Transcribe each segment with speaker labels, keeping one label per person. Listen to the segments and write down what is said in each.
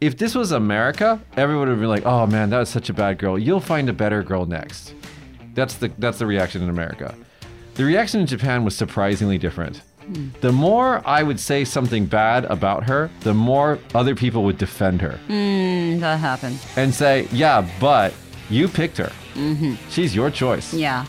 Speaker 1: if this was America, everyone would be like, "Oh man, that was such a bad girl. You'll find a better girl next." That's the that's the reaction in America. The reaction in Japan was surprisingly different. The more I would say something bad about her, the more other people would defend her
Speaker 2: Mm, that happened.
Speaker 1: and say, "Yeah, but you picked her. She's your choice."
Speaker 2: Yeah.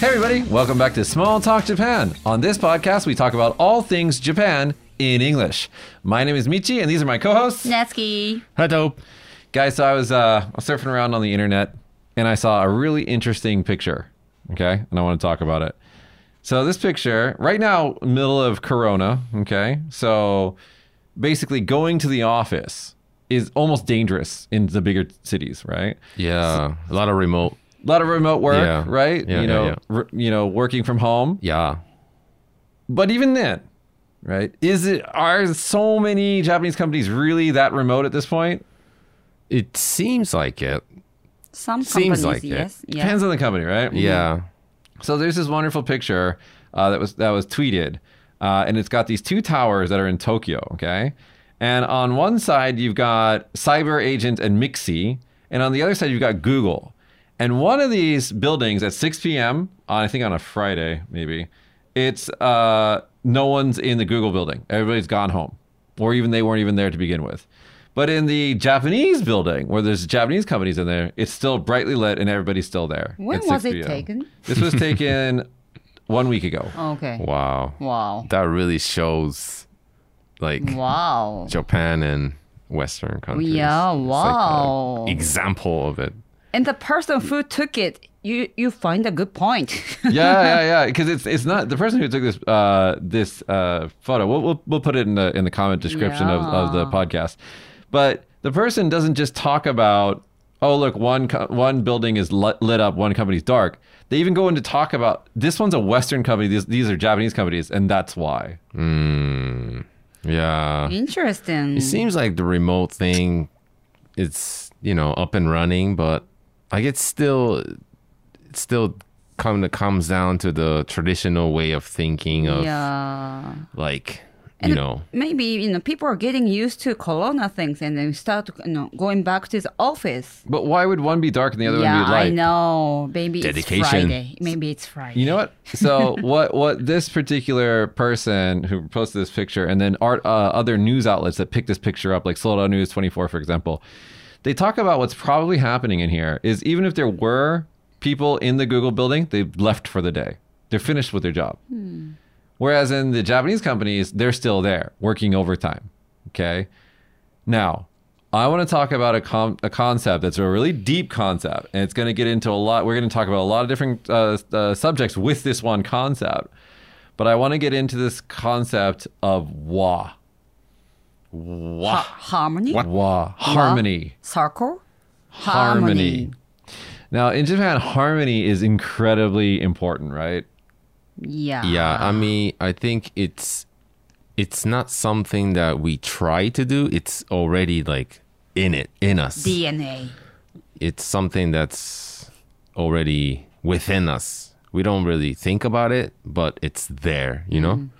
Speaker 1: Hey everybody, welcome back to Small Talk Japan. On this podcast, we talk about all things Japan in English. My name is Michi, and these are my co-hosts.
Speaker 2: Natsuki.
Speaker 1: Hello. Guys, so I was uh, surfing around on the internet and I saw a really interesting picture. Okay. And I want to talk about it. So, this picture, right now, middle of Corona. Okay. So, basically, going to the office is almost dangerous in the bigger cities, right?
Speaker 3: Yeah, a lot of remote.
Speaker 1: A lot of remote work,
Speaker 3: Yeah.
Speaker 1: right?
Speaker 3: Yeah,
Speaker 1: you
Speaker 3: yeah,
Speaker 1: know,
Speaker 3: yeah.
Speaker 1: r- you know, working from home.
Speaker 3: Yeah,
Speaker 1: But even then, right? Is it are so many Japanese companies really that remote at this point?
Speaker 3: it seems like it.
Speaker 2: Some
Speaker 3: Seems
Speaker 2: companies,
Speaker 3: like it.
Speaker 2: yes. Yeah.
Speaker 1: Depends on the company, right?
Speaker 3: Yeah,
Speaker 1: So there's this wonderful picture uh, that was that was tweeted, uh, and it's got these two towers that are in Tokyo. Okay, and on one side you've got Cyber Agent and Mixi, and on the other side you've got Google. And one of these buildings at 6 p.m. on I think on a Friday maybe, it's uh, no one's in the Google building. Everybody's gone home, or even they weren't even there to begin with. But in the Japanese building, where there's Japanese companies in there, it's still brightly lit and everybody's still there.
Speaker 2: When
Speaker 1: at
Speaker 2: was
Speaker 1: 6
Speaker 2: it
Speaker 1: p.m..
Speaker 2: taken?
Speaker 1: This was taken one week ago.
Speaker 2: Okay.
Speaker 3: wow,
Speaker 2: Wow.
Speaker 3: that really shows, like
Speaker 2: Wow.
Speaker 3: Japan and Western countries.
Speaker 2: Yeah,
Speaker 3: It's like a
Speaker 2: wow.
Speaker 3: example of it.
Speaker 2: And the person who took it, you you find a good point.
Speaker 1: Yeah, yeah, yeah. Because it's it's not the person who took this uh, this uh, photo. We'll, we'll we'll put it in the in the comment description of, of the podcast. But the person doesn't just talk about oh look one co- one building is lit, lit up, one company's dark. They even go into talk about this one's a Western company. These these are Japanese companies, and that's why.
Speaker 3: Yeah,
Speaker 2: Interesting.
Speaker 3: it seems like the remote thing, it's you know up and running, but like it's still, it's still come it comes down to the traditional way of thinking of
Speaker 2: yeah.
Speaker 3: like you know
Speaker 2: Maybe you know people are getting used to Corona things, and then start you know going back to the office.
Speaker 1: But why would one be dark and the other
Speaker 2: yeah,
Speaker 1: one be light?
Speaker 2: I know. Maybe
Speaker 3: Dedication.
Speaker 2: it's Friday. Maybe it's Friday.
Speaker 1: You know what? So what? What this particular person who posted this picture, and then art, uh, other news outlets that picked this picture up, like Soldado News Twenty Four, for example, they talk about what's probably happening in here is even if there were people in the Google building, they've left for the day. They're finished with their job. Whereas in the Japanese companies, they're still there working overtime. Okay. Now, I want to talk about a, com- a concept that's a really deep concept, and it's going to get into a lot. We're going to talk about a lot of different uh, uh, subjects with this one concept, but I want to get into this concept of wa,
Speaker 2: Ha- harmony.
Speaker 1: wa, harmony,
Speaker 2: Circle.
Speaker 1: harmony. Now, in Japan, harmony is incredibly important, right?
Speaker 2: Yeah.
Speaker 3: yeah i mean i think it's it's not something that we try to do it's already like in it in us
Speaker 2: DNA.
Speaker 3: it's something that's already within us we don't really think about it but it's there you know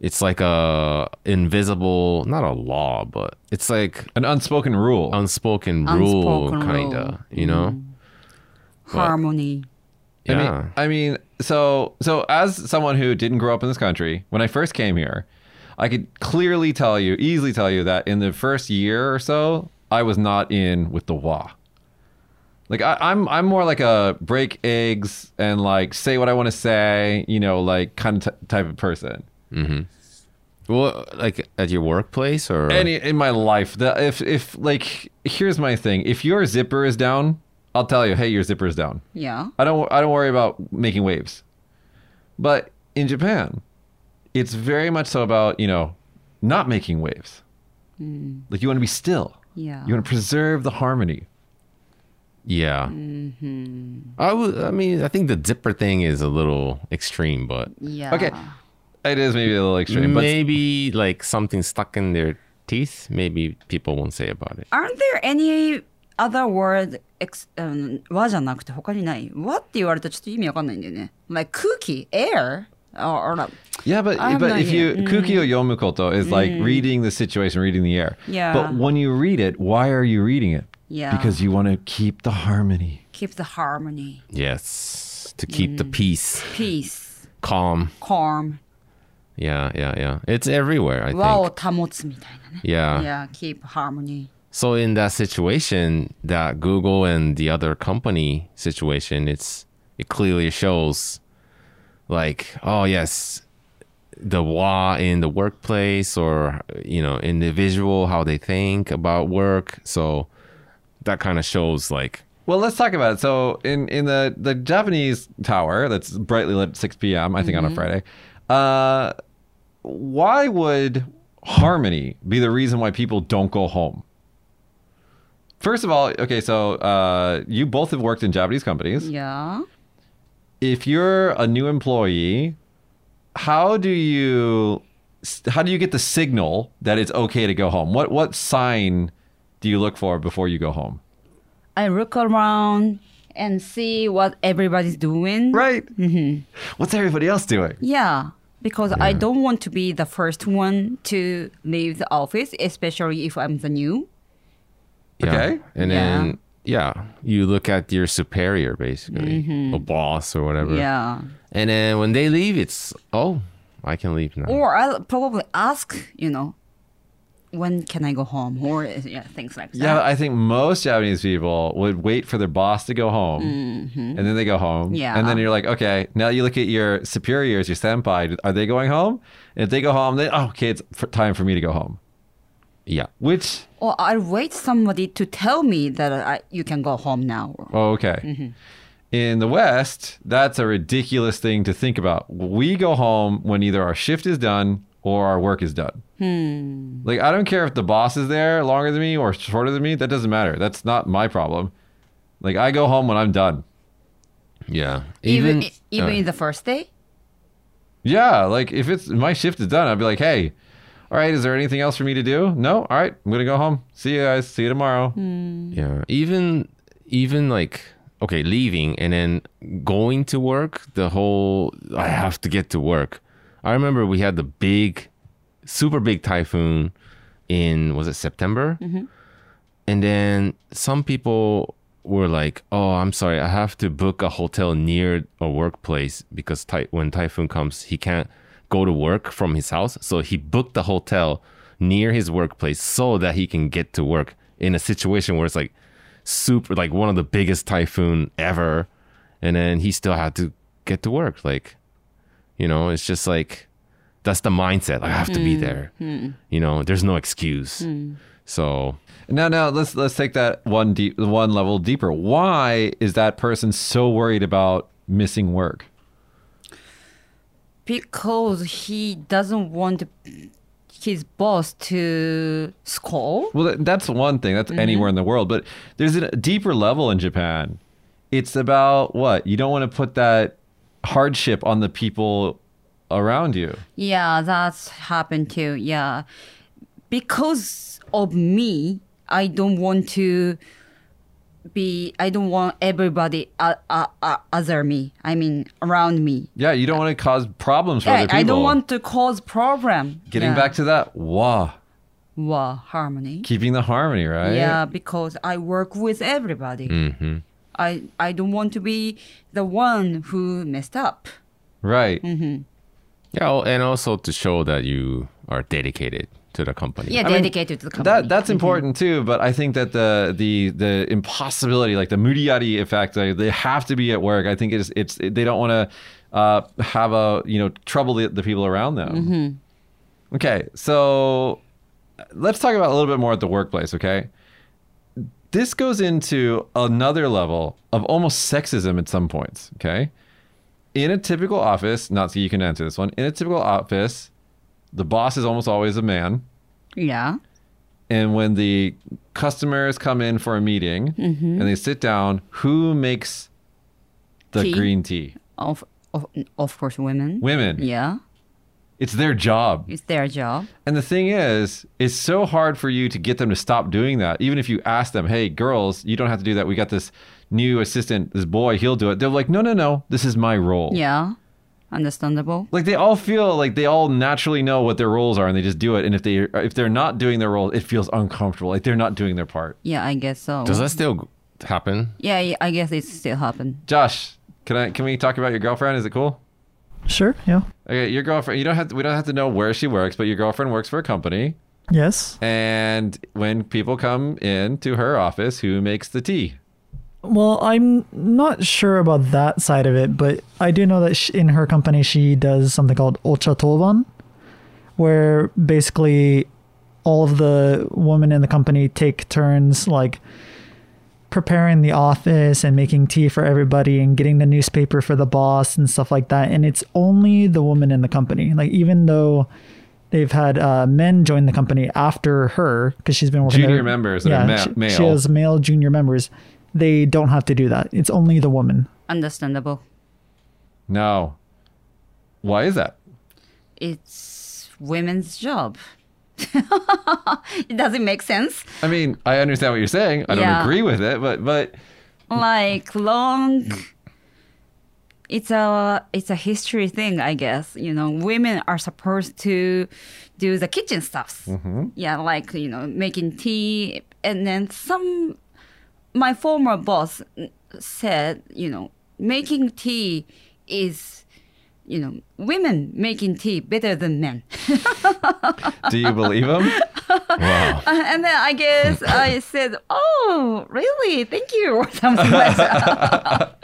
Speaker 3: it's like a invisible not a law but it's like
Speaker 1: An unspoken rule.
Speaker 3: unspoken rule Mm-hmm.
Speaker 2: Unspoken rule.
Speaker 3: kinda you know
Speaker 2: Harmony.
Speaker 1: I
Speaker 3: yeah
Speaker 1: mean, I mean, so so as someone who didn't grow up in this country, when I first came here, I could clearly tell you, easily tell you that in the first year or so, I was not in with the wa. Like I, I'm, I'm more like a break eggs and like say what I want to say, you know, like kind of t- type of person.
Speaker 3: Well, like at your workplace or
Speaker 1: Any in my life, the, if if like here's my thing: if your zipper is down, I'll tell you, hey, your zipper is down.
Speaker 2: Yeah.
Speaker 1: I don't I don't worry about making waves. But in Japan, it's very much so about, you know, not making waves. Like you want to be still.
Speaker 2: Hmm. Yeah.
Speaker 1: You want to preserve the harmony.
Speaker 3: yeah. I would. I mean, I think the zipper thing is a little extreme, but
Speaker 2: Yeah.
Speaker 1: Okay. It is maybe a little extreme, but
Speaker 3: maybe like something stuck in their teeth. Maybe people won't say about it.
Speaker 2: Aren't there any other word ex- um, うん和じゃなくて他にない What って言われたらちょっと意味わかんないんだよね。Like 空気 Air? Or, or like-
Speaker 1: yeah, but
Speaker 2: I have no
Speaker 1: but if you
Speaker 2: idea.
Speaker 1: kuki o yomukoto is like reading the situation, reading the air.
Speaker 2: Mm. Yeah.
Speaker 1: But when you read it, why are you reading it?
Speaker 2: Yeah.
Speaker 1: Because you want to keep the harmony.
Speaker 2: keep the harmony,
Speaker 3: Yes, to keep the peace,
Speaker 2: peace,
Speaker 3: calm.
Speaker 2: calm,
Speaker 3: Yeah, yeah, yeah. It's everywhere. I
Speaker 2: 和を
Speaker 3: think.
Speaker 2: 保つみたいなね。
Speaker 3: Yeah.
Speaker 2: Yeah, keep harmony.
Speaker 3: So in that situation, that Google and the other company situation, it's it clearly shows, like, oh yes, the wa in the workplace or you know individual how they think about work. So that kind of shows like
Speaker 1: Well, let's talk about it. So, in in the the Japanese tower that's brightly lit at 6 p.m. I think on a Friday, uh, why would harmony be the reason why people don't go home? First of all, okay, so uh, you both have worked in Japanese
Speaker 2: Mm-hmm.
Speaker 1: companies.
Speaker 2: Yeah.
Speaker 1: If you're a new employee, how do you how do you get the signal that it's okay to go home? What what sign do you look for before you go home?
Speaker 2: I look around and see what everybody's doing.
Speaker 1: Right. What's everybody else doing?
Speaker 2: Yeah, because I don't want to be the first one to leave the office, especially if I'm the new.
Speaker 3: yeah.
Speaker 1: Okay.
Speaker 3: and then yeah, you look at your superior basically, a boss or whatever.
Speaker 2: Mm-hmm. Yeah.
Speaker 3: And then when they leave, it's oh, I can leave now.
Speaker 2: Or I'll probably ask, you know, when can I go home? Or yeah, things like that.
Speaker 1: Yeah, I think most Japanese people would wait for their boss to go home, and then they go home.
Speaker 2: Mm-hmm. Yeah.
Speaker 1: and then you're like, okay, now you look at your superiors, your senpai. Are they going home? And if they go home, then oh, okay, it's f time for me to go home.
Speaker 3: yeah.
Speaker 1: Which
Speaker 2: Or I'll wait somebody to tell me that I, you can go home now.
Speaker 1: oh, okay,
Speaker 2: Mm-hmm.
Speaker 1: in the West, that's a ridiculous thing to think about. We go home when either our shift is done or our work is done.
Speaker 2: Hmm.
Speaker 1: Like I don't care if the boss is there longer than me or shorter than me. That doesn't matter. That's not my problem. Like I go home when I'm done.
Speaker 3: Yeah.
Speaker 2: Even even,
Speaker 3: uh,
Speaker 2: in the first day?
Speaker 1: Yeah, like if it's my shift is done, I'd be like, hey, all right, is there anything else for me to do? No, all right, I'm gonna go home. See you guys. See you tomorrow.
Speaker 2: Hmm.
Speaker 3: yeah. Even even like okay, leaving and then going to work, the whole I have to get to work. I remember we had the big super big typhoon in was it September? And then some people were like, "Oh, I'm sorry, I have to book a hotel near a workplace because ty- when typhoon comes, he can't go to work from his house, so he booked the hotel near his workplace so that he can get to work in a situation where it's like super like one of the biggest typhoon ever and then he still had to get to work like you know, it's just like that's the mindset. I have to be there. You know, there's no excuse. So
Speaker 1: Now, now let's let's take that one deep, one level deeper. Why is that person so worried about missing work?
Speaker 2: Because he doesn't want his boss to scold.
Speaker 1: Well, that- that's one thing.
Speaker 2: Mm-hmm.
Speaker 1: That's anywhere in the world, but there's a deeper level in Japan. It's about what you don't want to put that hardship on the people around you.
Speaker 2: Yeah, that's happened too. Yeah. Because of me, I don't want to be, I don't want everybody uh, uh, uh, other me. I mean, around me.
Speaker 1: Yeah, you don't want to cause problems for other
Speaker 2: Yeah,
Speaker 1: people.
Speaker 2: I don't want to cause problem.
Speaker 1: Getting
Speaker 2: yeah.
Speaker 1: back to that, wah,
Speaker 2: Wow, harmony.
Speaker 1: keeping the harmony, right? Mm-hmm.
Speaker 2: Yeah, because I work with everybody. I, I don't want to be the one who messed up.
Speaker 1: Right.
Speaker 3: yeah, al- and also to show that you are dedicated to the company.
Speaker 2: Yeah,
Speaker 1: mean,
Speaker 2: dedicated to the company.
Speaker 1: That
Speaker 2: Mm-hmm.
Speaker 1: that's important too, but I think that the the the impossibility, like the Muriyari effect, like they have to be at work. I think it's it's they don't want to uh, have a you know trouble the, the people around them. Okay, so let's talk about a little bit more at the workplace, okay? This goes into another level of almost sexism at some points, okay? In a typical office, not so you can answer this one, in a typical office, the boss is almost always a man.
Speaker 2: Yeah.
Speaker 1: And when the customers come in for a meeting
Speaker 2: Mm-hmm.
Speaker 1: and they sit down, who makes the
Speaker 2: Tea.
Speaker 1: green tea?
Speaker 2: Of, of of course, women.
Speaker 1: Women.
Speaker 2: Yeah.
Speaker 1: It's their job.
Speaker 2: It's their job.
Speaker 1: And the thing is, it's so hard for you to get them to stop doing that. Even if you ask them, hey, girls, you don't have to do that. We got this new assistant, this boy, he'll do it. They're like, no, no, no, this is my role.
Speaker 2: Yeah. Understandable.
Speaker 1: Like they all feel like they all naturally know what their roles are and they just do it. And if they if they're not doing their role, it feels uncomfortable. Like they're not doing their part.
Speaker 2: Yeah, I guess so.
Speaker 3: Does that still happen?
Speaker 2: yeah, yeah, I guess it still happen.
Speaker 1: Josh, can I can we talk about your girlfriend? Is it cool?
Speaker 4: Sure. Yeah.
Speaker 1: Okay, your girlfriend. You don't have to, we don't have to know where she works, but your girlfriend works for a company.
Speaker 4: Yes.
Speaker 1: And when people come in to her office, who makes the tea?
Speaker 4: Well, I'm not sure about that side of it, but I do know that sh in her company she does something called ocha toban, where basically all of the women in the company take turns like preparing the office and making tea for everybody and getting the newspaper for the boss and stuff like that. And it's only the woman in the company. Like even though they've had uh, men join the company after her because she's been working
Speaker 1: Junior
Speaker 4: there-
Speaker 1: members that are ma-
Speaker 4: she-
Speaker 1: male.
Speaker 4: she has as male junior members, they don't have to do that. It's only the woman.
Speaker 2: Understandable.
Speaker 1: No. Why is that?
Speaker 2: It's women's job. it doesn't make sense.
Speaker 1: I mean, I understand what you're saying. I don't
Speaker 2: Yeah.
Speaker 1: agree with it, but but
Speaker 2: Like long. It's a it's a history thing, I guess. You know, women are supposed to do the kitchen stuffs. Yeah, like you know, making tea, and then some. My former boss said, you know, making tea is, you know, women making tea better than men.
Speaker 1: do you believe him?
Speaker 3: Wow.
Speaker 2: And then I guess I said, "Oh, really? Thank you," or something like that.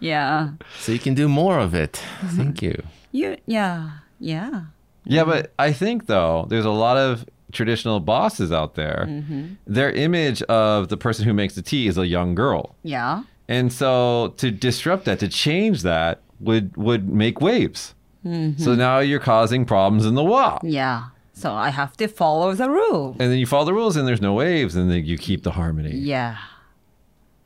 Speaker 2: yeah,
Speaker 3: so you can do more of it. Thank you.
Speaker 2: you, yeah, yeah,
Speaker 1: Yeah, but I think though there's a lot of traditional bosses out there. Their image of the person who makes the tea is a young girl,
Speaker 2: yeah.
Speaker 1: and so to disrupt that, to change that would would make waves. So now you're causing problems in the WA.
Speaker 2: Yeah. So I have to follow the rule.
Speaker 1: And then you follow the rules, and there's no waves, and then you keep the harmony.
Speaker 2: Yeah.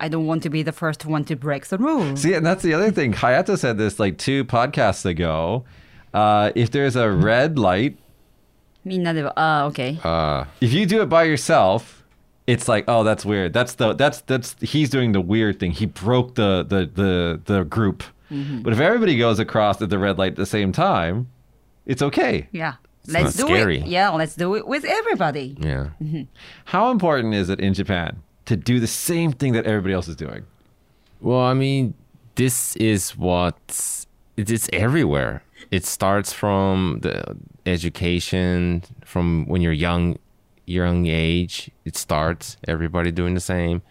Speaker 2: I don't want to be the first one to break the rule.
Speaker 1: See, and that's the other thing. Hayato said this like two podcasts ago. Uh, if there's a red light,
Speaker 2: 민나데- Ah, okay.
Speaker 3: Uh,
Speaker 1: if you do it by yourself, it's like, oh, that's weird. That's the that's that's he's doing the weird thing. He broke the the the the group. But if everybody goes across at the red light at the same time, it's okay.
Speaker 2: Yeah. Let's
Speaker 3: not
Speaker 2: do
Speaker 3: scary.
Speaker 2: it. Yeah, let's do it with everybody.
Speaker 3: yeah.
Speaker 1: How important is it in Japan to do the same thing that everybody else is doing?
Speaker 3: Well, I mean, this is what it's everywhere. It starts from the education, from when you're young, young age. It starts everybody doing the same.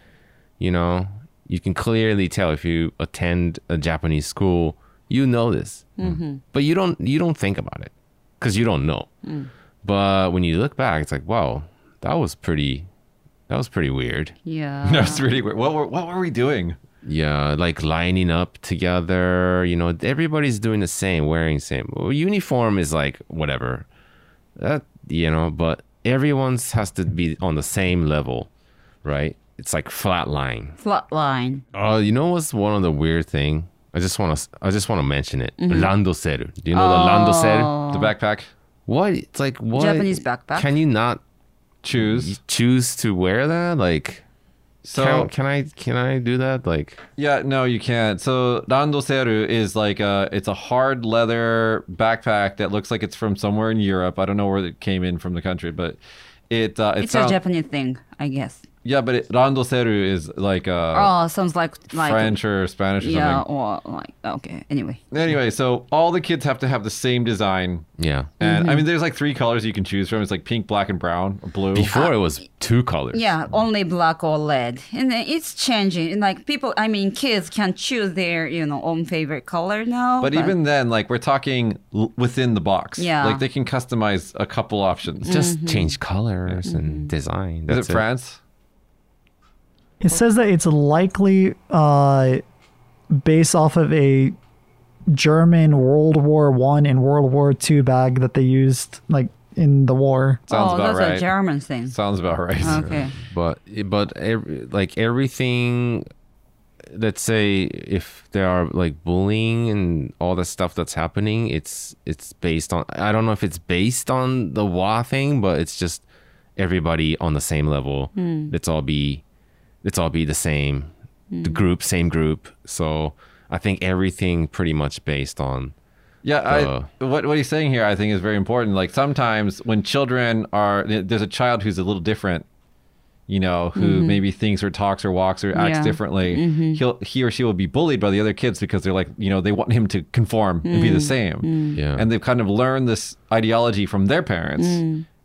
Speaker 3: You know, you can clearly tell if you attend a Japanese school, you know this, but you don't. You don't think about it because you don't know. But when you look back, it's like, wow, that was pretty. That was pretty weird.
Speaker 2: Yeah.
Speaker 1: That's really weird. What were, what were we doing?
Speaker 3: Yeah, like lining up together. You know, everybody's doing the same, wearing same Well, uniform is like whatever. That you know, but everyone's has to be on the same level, right? It's like flat line.
Speaker 2: Flatline.
Speaker 3: Oh, you know what's one of the weird thing? I just want to. I just want to mention it.
Speaker 2: Mm-hmm.
Speaker 3: Lando seru. Do you know the lando seru?
Speaker 1: The backpack?
Speaker 3: What? It's like what?
Speaker 2: Oh. Japanese backpack.
Speaker 3: Can you not
Speaker 1: Choose.
Speaker 3: choose to wear that? Like,
Speaker 1: So
Speaker 3: can, can I? Can I do that? Like,
Speaker 1: Yeah, no, you can't. So randoseru is like a it's a hard leather backpack that looks like it's from somewhere in Europe. I don't know where it came in from the country, but it uh, it
Speaker 2: It's a
Speaker 1: sound-
Speaker 2: Japanese thing, I guess.
Speaker 1: yeah, but it, randoseru is like uh,
Speaker 2: oh, sounds like like
Speaker 1: French or Spanish or
Speaker 2: yeah,
Speaker 1: something.
Speaker 2: or like okay. Anyway,
Speaker 1: Anyway, so all the kids have to have the same design.
Speaker 3: Yeah.
Speaker 1: And
Speaker 2: Mm-hmm.
Speaker 1: I mean, there's like three colors you can choose from. It's like pink, black, and brown, or blue.
Speaker 3: Before it was two colors.
Speaker 2: yeah, only black or red, and then it's changing. And like people, I mean, kids can choose their you know own favorite color now.
Speaker 1: But even then, like we're talking l- within the box.
Speaker 2: Yeah.
Speaker 1: Like they can customize a couple options.
Speaker 3: Just change colors and design.
Speaker 1: Is
Speaker 3: That's
Speaker 1: it France?
Speaker 4: It says that it's likely uh, based off of a German World War One and World War Two bag that they used like in the war.
Speaker 1: Sounds
Speaker 2: oh,
Speaker 1: about
Speaker 2: that's
Speaker 1: right.
Speaker 2: a German thing.
Speaker 1: Sounds about right.
Speaker 2: okay.
Speaker 3: but but every, like everything let's say if there are like bullying and all the stuff that's happening it's it's based on i don't know if it's based on the wa thing but it's just everybody on the same level let's all be let's all be the same the group same group so i think everything pretty much based on
Speaker 1: Yeah,
Speaker 3: Uh,
Speaker 1: I, what what he's saying here, I think, is very important. Like sometimes when children are, there's a child who's a little different, you know, who maybe thinks or talks or walks or acts
Speaker 2: Yeah.
Speaker 1: differently. He'll he or she will be bullied by the other kids because they're like, you know, they want him to conform and be the same.
Speaker 3: Yeah.
Speaker 1: and they've kind of learned this ideology from their parents.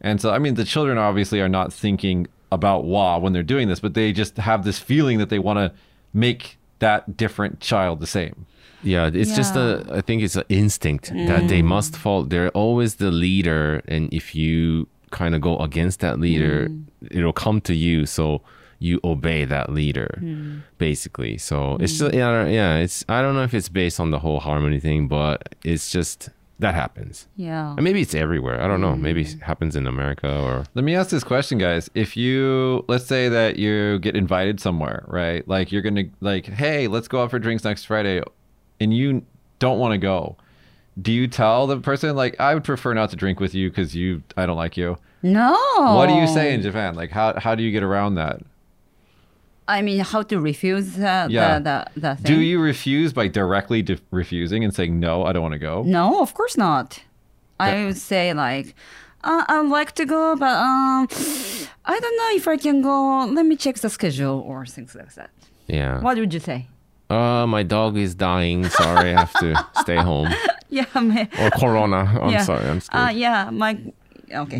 Speaker 1: And so, I mean, the children obviously are not thinking about wah when they're doing this, but they just have this feeling that they want to make that different child the same.
Speaker 3: Yeah, it's just
Speaker 2: Yeah. Mm.
Speaker 3: a. I think it's an instinct that they must follow. They're always the leader, and if you kind of go against that leader,
Speaker 2: Mm.
Speaker 3: it'll come to you. So you obey that leader,
Speaker 2: Hmm.
Speaker 3: basically. So it's just yeah, I don't- yeah. It's I don't know if it's based on the whole harmony thing, but it's just that happens.
Speaker 2: Yeah.
Speaker 3: And maybe it's everywhere. I don't know. Maybe
Speaker 2: Hmm.
Speaker 3: it happens in America or
Speaker 1: Let me ask this question, guys. If you, let's say that you get invited somewhere, right? Like you're going to, like, hey, let's go out for drinks next Friday, and you don't want to go. Do you tell the person, like, I would prefer not to drink with you because you, I don't like you?
Speaker 2: No.
Speaker 1: What do you say in Japan? Like, how, how do you get around that?
Speaker 2: I mean, how to refuse that?
Speaker 1: Yeah.
Speaker 2: Yeah. That, that,
Speaker 1: Do
Speaker 2: thing?
Speaker 1: you refuse by directly de- refusing and saying, no, I don't want to go?
Speaker 2: No, of course not. I would say like, uh, I'd like to go, but um, I don't know if I can go. Let me check the schedule or things like that.
Speaker 3: yeah.
Speaker 2: What would you say?
Speaker 3: Uh, my dog is dying. Sorry, I have to stay home.
Speaker 2: Yeah, me.
Speaker 1: Oh,
Speaker 3: Or corona. I'm
Speaker 2: yeah.
Speaker 3: sorry. I'm scared.
Speaker 2: Uh, yeah, my. Okay.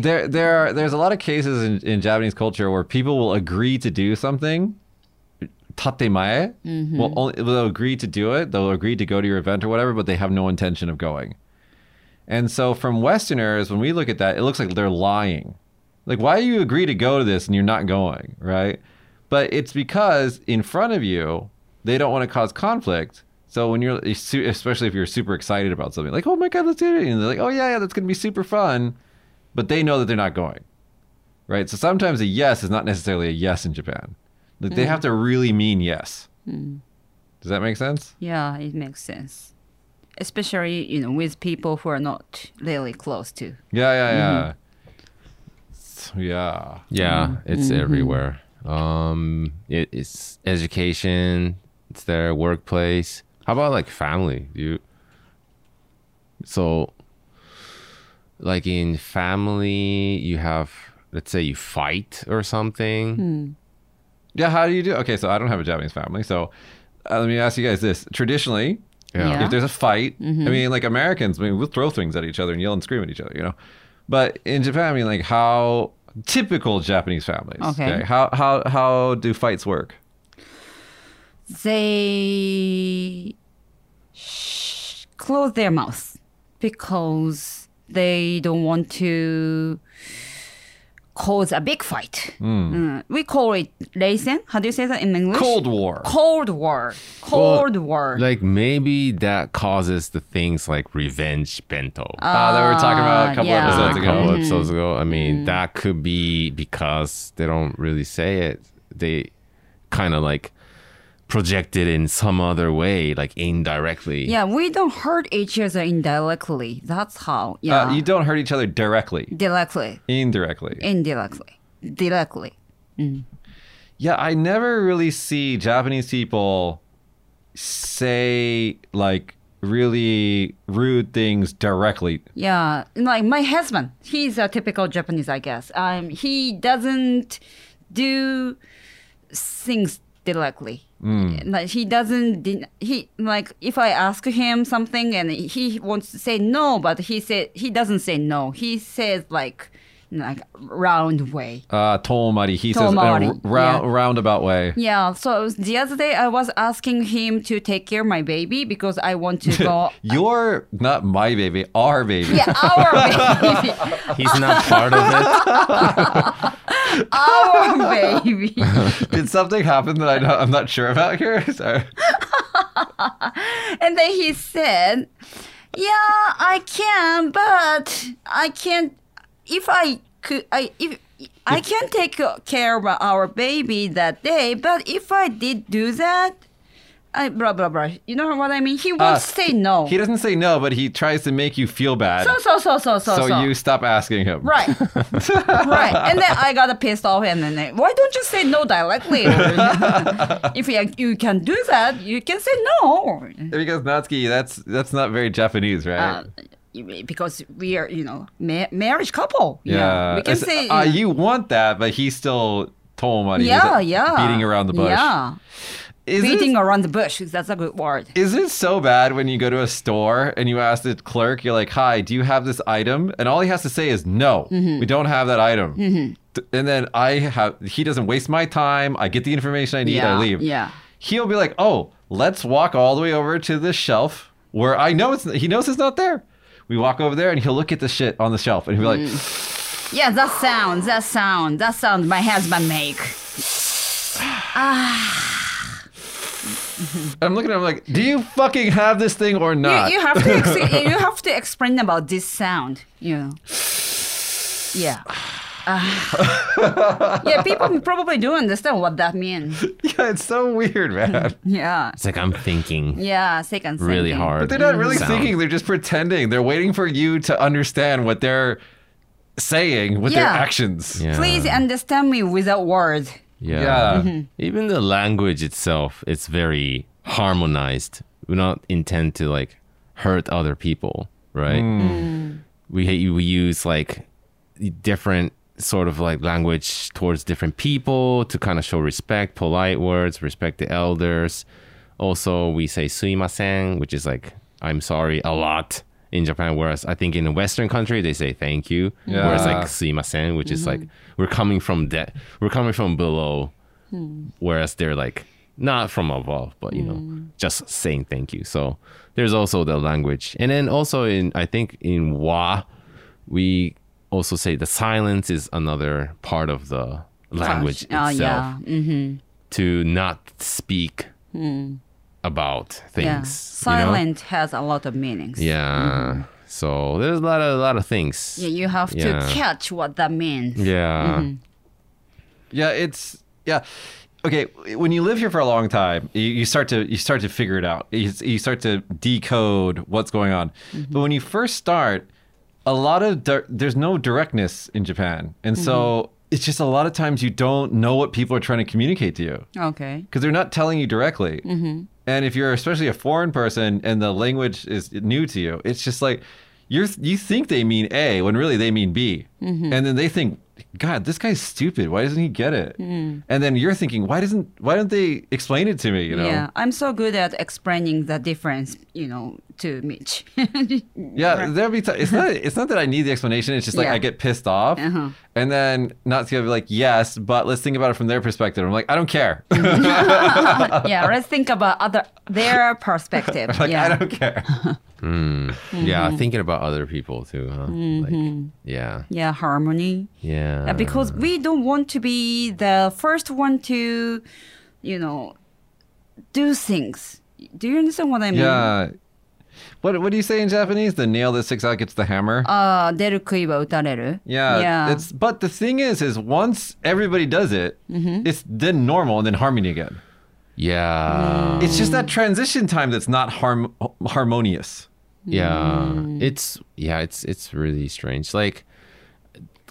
Speaker 1: There, there are, there's a lot of cases in, in Japanese culture where people will agree to do something. Tatemae will only will agree to do it. They'll agree to go to your event or whatever, but they have no intention of going. And so, from Westerners, when we look at that, it looks like they're lying. Like, why do you agree to go to this and you're not going, right? But it's because in front of you, they don't want to cause conflict. So when you're, especially if you're super excited about something, like, oh my god, let's do it, and they're like, oh yeah, yeah, that's gonna be super fun, but they know that they're not going, right? So sometimes a yes is not necessarily a yes in Japan. Like they have to really mean yes. Does that make sense?
Speaker 2: Yeah, it makes sense. Especially, you know, with people who are not really close to.
Speaker 1: Yeah, yeah, yeah. So, Yeah.
Speaker 3: Yeah, it's everywhere. Um, it, it's education. It's their workplace. How about like family? Do you so like in family you have let's say you fight or something.
Speaker 1: Yeah, how do you do? Okay, so I don't have a Japanese family, so uh, let me ask you guys this. Traditionally,
Speaker 2: Yeah.
Speaker 1: if there's a fight, I mean, like Americans, I mean, we'll throw things at each other and yell and scream at each other, you know. But in Japan, I mean, like how typical Japanese families.
Speaker 2: Okay.
Speaker 1: How how how do fights work?
Speaker 2: They sh- close their mouth because they don't want to cause a big fight. Mm, we call it reisen. How do you say that in English?
Speaker 1: Hmm. Cold War.
Speaker 2: Cold war. Cold war.
Speaker 3: Like maybe that causes the things like revenge bento.
Speaker 1: Ah, that we were talking about a couple
Speaker 2: Uh, yeah.
Speaker 3: Like
Speaker 1: episodes
Speaker 3: a
Speaker 1: ago.
Speaker 3: couple episodes
Speaker 2: Mm-hmm.
Speaker 3: ago. I mean, that could be because they don't really say it. They kind of like project it in some other way, like indirectly.
Speaker 2: yeah, we don't hurt each other indirectly. That's how. Yeah.
Speaker 1: Uh, you don't hurt each other directly,
Speaker 2: directly.
Speaker 1: indirectly.
Speaker 2: Indirectly. Directly.
Speaker 1: Yeah, I never really see Japanese people say like really rude things directly.
Speaker 2: Yeah, like my husband, he's a typical Japanese, I guess. Um, he doesn't do things directly. Like he doesn't den- he like if I ask him something and he wants to say no, but he said he doesn't say no. He says like like round way.
Speaker 1: Uh, Tomari, he says in a r-
Speaker 2: Tomari,
Speaker 1: round,
Speaker 2: yeah.
Speaker 1: roundabout way.
Speaker 2: Yeah, so it was- the other day I was asking him to take care of my baby because I want to go.
Speaker 1: You're not my baby, our baby.
Speaker 2: yeah, our baby,
Speaker 3: He's not part of it.
Speaker 2: our baby.
Speaker 1: Did something happen that I don't, I'm not sure about here? Sorry.
Speaker 2: And then he said, "Yeah, I can, but I can't. If I could, I if." I can take care of our baby that day, but if I did do that, I blah blah blah. You know what I mean? He
Speaker 1: Uh,
Speaker 2: won't say no.
Speaker 1: He doesn't say no, but he tries to make you feel bad.
Speaker 2: so so so so so.
Speaker 1: so you stop asking him.
Speaker 2: Right. right. And then I got pissed off and then I- why don't you say no directly? Or- if you, you can do that, you can say no.
Speaker 1: Because Natsuki, that's that's not very Japanese, right?
Speaker 2: Uh, because we are, you know, ma- marriage couple. you know.
Speaker 1: yeah.
Speaker 2: We can
Speaker 1: It's-
Speaker 2: say.
Speaker 1: uh, you want that, but he's still told money.
Speaker 2: yeah, yeah.
Speaker 1: Beating around the bush.
Speaker 2: Yeah.
Speaker 1: Is
Speaker 2: beating
Speaker 1: it,
Speaker 2: around the bush. That's a good word.
Speaker 1: is it so bad when you go to a store and you ask the clerk, you're like, "Hi, do you have this item?" And all he has to say is, "No,
Speaker 2: Mm-hmm.
Speaker 1: we don't have that item." Th- And then I have he doesn't waste my time. I get the information I need.
Speaker 2: yeah.
Speaker 1: I leave.
Speaker 2: Yeah.
Speaker 1: He'll be like, "Oh, let's walk all the way over to this shelf where I know it's he knows it's not there." We walk over there and he'll look at the shit on the shelf and he'll
Speaker 2: Mm-hmm.
Speaker 1: be like,
Speaker 2: Yeah, that sound, that sound, that sound my husband make.
Speaker 1: I'm looking at him like, do you fucking have this thing or
Speaker 2: You,
Speaker 1: not?
Speaker 2: you have to ex- you have to explain about this sound. You know. Yeah. Ah. yeah, people probably do understand what that means.
Speaker 1: yeah, it's so weird, man.
Speaker 2: Yeah.
Speaker 3: It's like I'm thinking
Speaker 2: Yeah, second
Speaker 3: really
Speaker 2: thinking.
Speaker 3: hard.
Speaker 1: But they're not really
Speaker 3: sound.
Speaker 1: thinking, they're just pretending. They're waiting for you to understand what they're saying with their
Speaker 2: Yeah.
Speaker 1: actions.
Speaker 3: Yeah.
Speaker 2: Please Mm-hmm. understand me without words.
Speaker 3: Yeah.
Speaker 1: Yeah.
Speaker 3: Even the language itself, it's very harmonized. We don't intend to like hurt other people, right?
Speaker 2: Mm.
Speaker 3: We we use like different sort of like language towards different people to kind of show respect, polite words, respect the elders. Also, we say suimasen, which is like I'm sorry a lot in Japan, whereas I think in a Western country they say thank you, whereas
Speaker 1: Yeah.
Speaker 3: like suimasen, which is like we're coming from that, we're coming from below whereas they're like not from above but you know
Speaker 2: Mm.
Speaker 3: just saying thank you so there's also the language and then also in i think in wa we also say the silence is another part of the language
Speaker 2: Oh,
Speaker 3: itself
Speaker 2: yeah.
Speaker 3: to not speak about things
Speaker 2: Hmm. Yeah.
Speaker 3: you know?
Speaker 2: Silent has a lot of meanings.
Speaker 3: yeah so there's a lot of a lot of things
Speaker 2: Mm-hmm. Yeah, you Mm-hmm. have
Speaker 3: Yeah.
Speaker 2: to catch what that means.
Speaker 3: yeah
Speaker 1: Yeah, it's yeah. Okay, when you live here for a long time, you, you start to you start to figure it out. You, you start to decode what's going on.
Speaker 2: Mm-hmm.
Speaker 1: But when you first start, a lot of dir- there's no directness in Japan, and
Speaker 2: Mm-hmm.
Speaker 1: so it's just a lot of times you don't know what people are trying to communicate to you
Speaker 2: Okay.
Speaker 1: because they're not telling you directly.
Speaker 2: Mm-hmm.
Speaker 1: And if you're especially a foreign person and the language is new to you, it's just like you're you think they mean A when really they mean B,
Speaker 2: Mm-hmm.
Speaker 1: and then they think, God, this guy's stupid. Why doesn't he get it?
Speaker 2: Mm-hmm.
Speaker 1: And then you're thinking, why doesn't why don't they explain it to me? You know?
Speaker 2: Yeah, I'm so good at explaining the difference, you know, to Mitch.
Speaker 1: Yeah, there'll be. T- it's not. It's not that I need the explanation. It's just like I
Speaker 2: Yeah.
Speaker 1: get pissed off,
Speaker 2: Uh-huh.
Speaker 1: and then Natsuki will be like, "Yes, but let's think about it from their perspective." I'm like, "I don't care.
Speaker 2: yeah, let's think about other their perspective.
Speaker 1: like,
Speaker 2: yeah.
Speaker 1: I don't care."
Speaker 2: Mm-hmm.
Speaker 3: yeah thinking about other people too huh like yeah
Speaker 2: yeah, harmony.
Speaker 3: yeah
Speaker 2: Uh, because we don't want to be the first one to, you know, do things. Do you understand what I mean?
Speaker 1: Yeah. What what do you say in Japanese? The nail that sticks out gets the hammer.
Speaker 2: Uh, 出る杭は打たれる.
Speaker 1: yeah.
Speaker 2: Yeah.
Speaker 1: It's but the thing is, is once everybody does it, it's then normal and then harmony again.
Speaker 2: Mm.
Speaker 3: yeah
Speaker 1: It's just that transition time that's not harm harmonious.
Speaker 3: Yeah. It's yeah, it's it's really strange. Like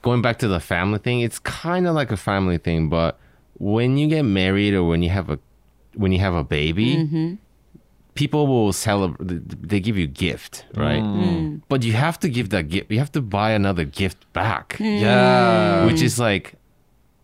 Speaker 3: going back to the family thing, it's kind of like a family thing, but when you get married or when you have a when you have a baby, people will celebrate they give you gift, right?
Speaker 1: Mm.
Speaker 3: But you Mm.
Speaker 1: Mm. Uh,
Speaker 3: have to give that gift. You have to buy another gift back
Speaker 1: Yeah.
Speaker 3: which is like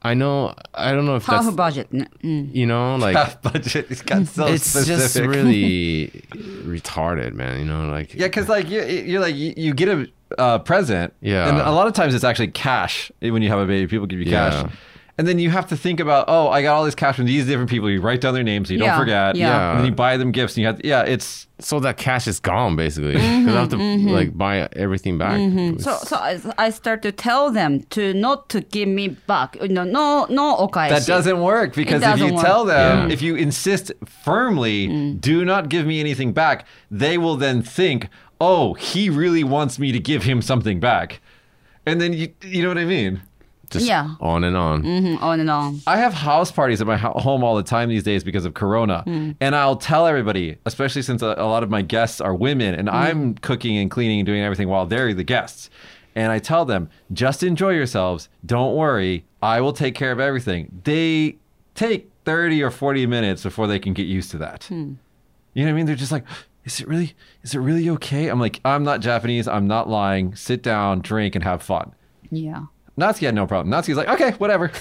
Speaker 3: I know. I don't know if
Speaker 2: half
Speaker 3: that's
Speaker 2: budget. n- mm.
Speaker 3: you know like
Speaker 1: Half budget. It's got so
Speaker 3: it's
Speaker 1: specific.
Speaker 3: just really retarded, man. You know, like
Speaker 1: Yeah, because like you, you're like you, you get a uh, present.
Speaker 3: Yeah.
Speaker 1: and a lot of times it's actually cash when you have a baby. People give you
Speaker 3: Yeah.
Speaker 1: cash, and then you have to think about oh, I got all this cash from these different people. You write down their names so you
Speaker 2: Yeah,
Speaker 1: don't forget.
Speaker 2: yeah.
Speaker 3: Yeah.
Speaker 1: and then you buy them gifts. And you have yeah, it's
Speaker 3: so that cash is gone basically. 'Cause I have to like buy everything back.
Speaker 2: Mm-hmm, So, so I, I start to tell them to not to give me back. You know, no, no, okay.
Speaker 1: that doesn't work because if
Speaker 2: doesn't
Speaker 1: you
Speaker 2: work. Mm.
Speaker 1: tell them,
Speaker 3: Yeah.
Speaker 1: if you insist firmly, do not give me anything back, they will then think oh, he really wants me to give him something back, and then you you know what I mean.
Speaker 3: Just
Speaker 2: Yeah.
Speaker 3: on and on.
Speaker 2: hmm on and on.
Speaker 1: I have house parties at my ho- home all the time these days because of Corona, and I'll tell everybody, especially since a, a lot of my guests are women, and I'm cooking and cleaning and doing everything while they're the guests. And I tell them, just enjoy yourselves. Don't worry, I will take care of everything. They take 30 or 40 minutes before they can get used to that. You know what I mean? They're just like, is it really? Is it really okay? I'm like, I'm not Japanese. I'm not lying. Sit down, drink, and have fun.
Speaker 2: Yeah.
Speaker 1: Natsuki had no problem. Natsuki's like, okay, whatever.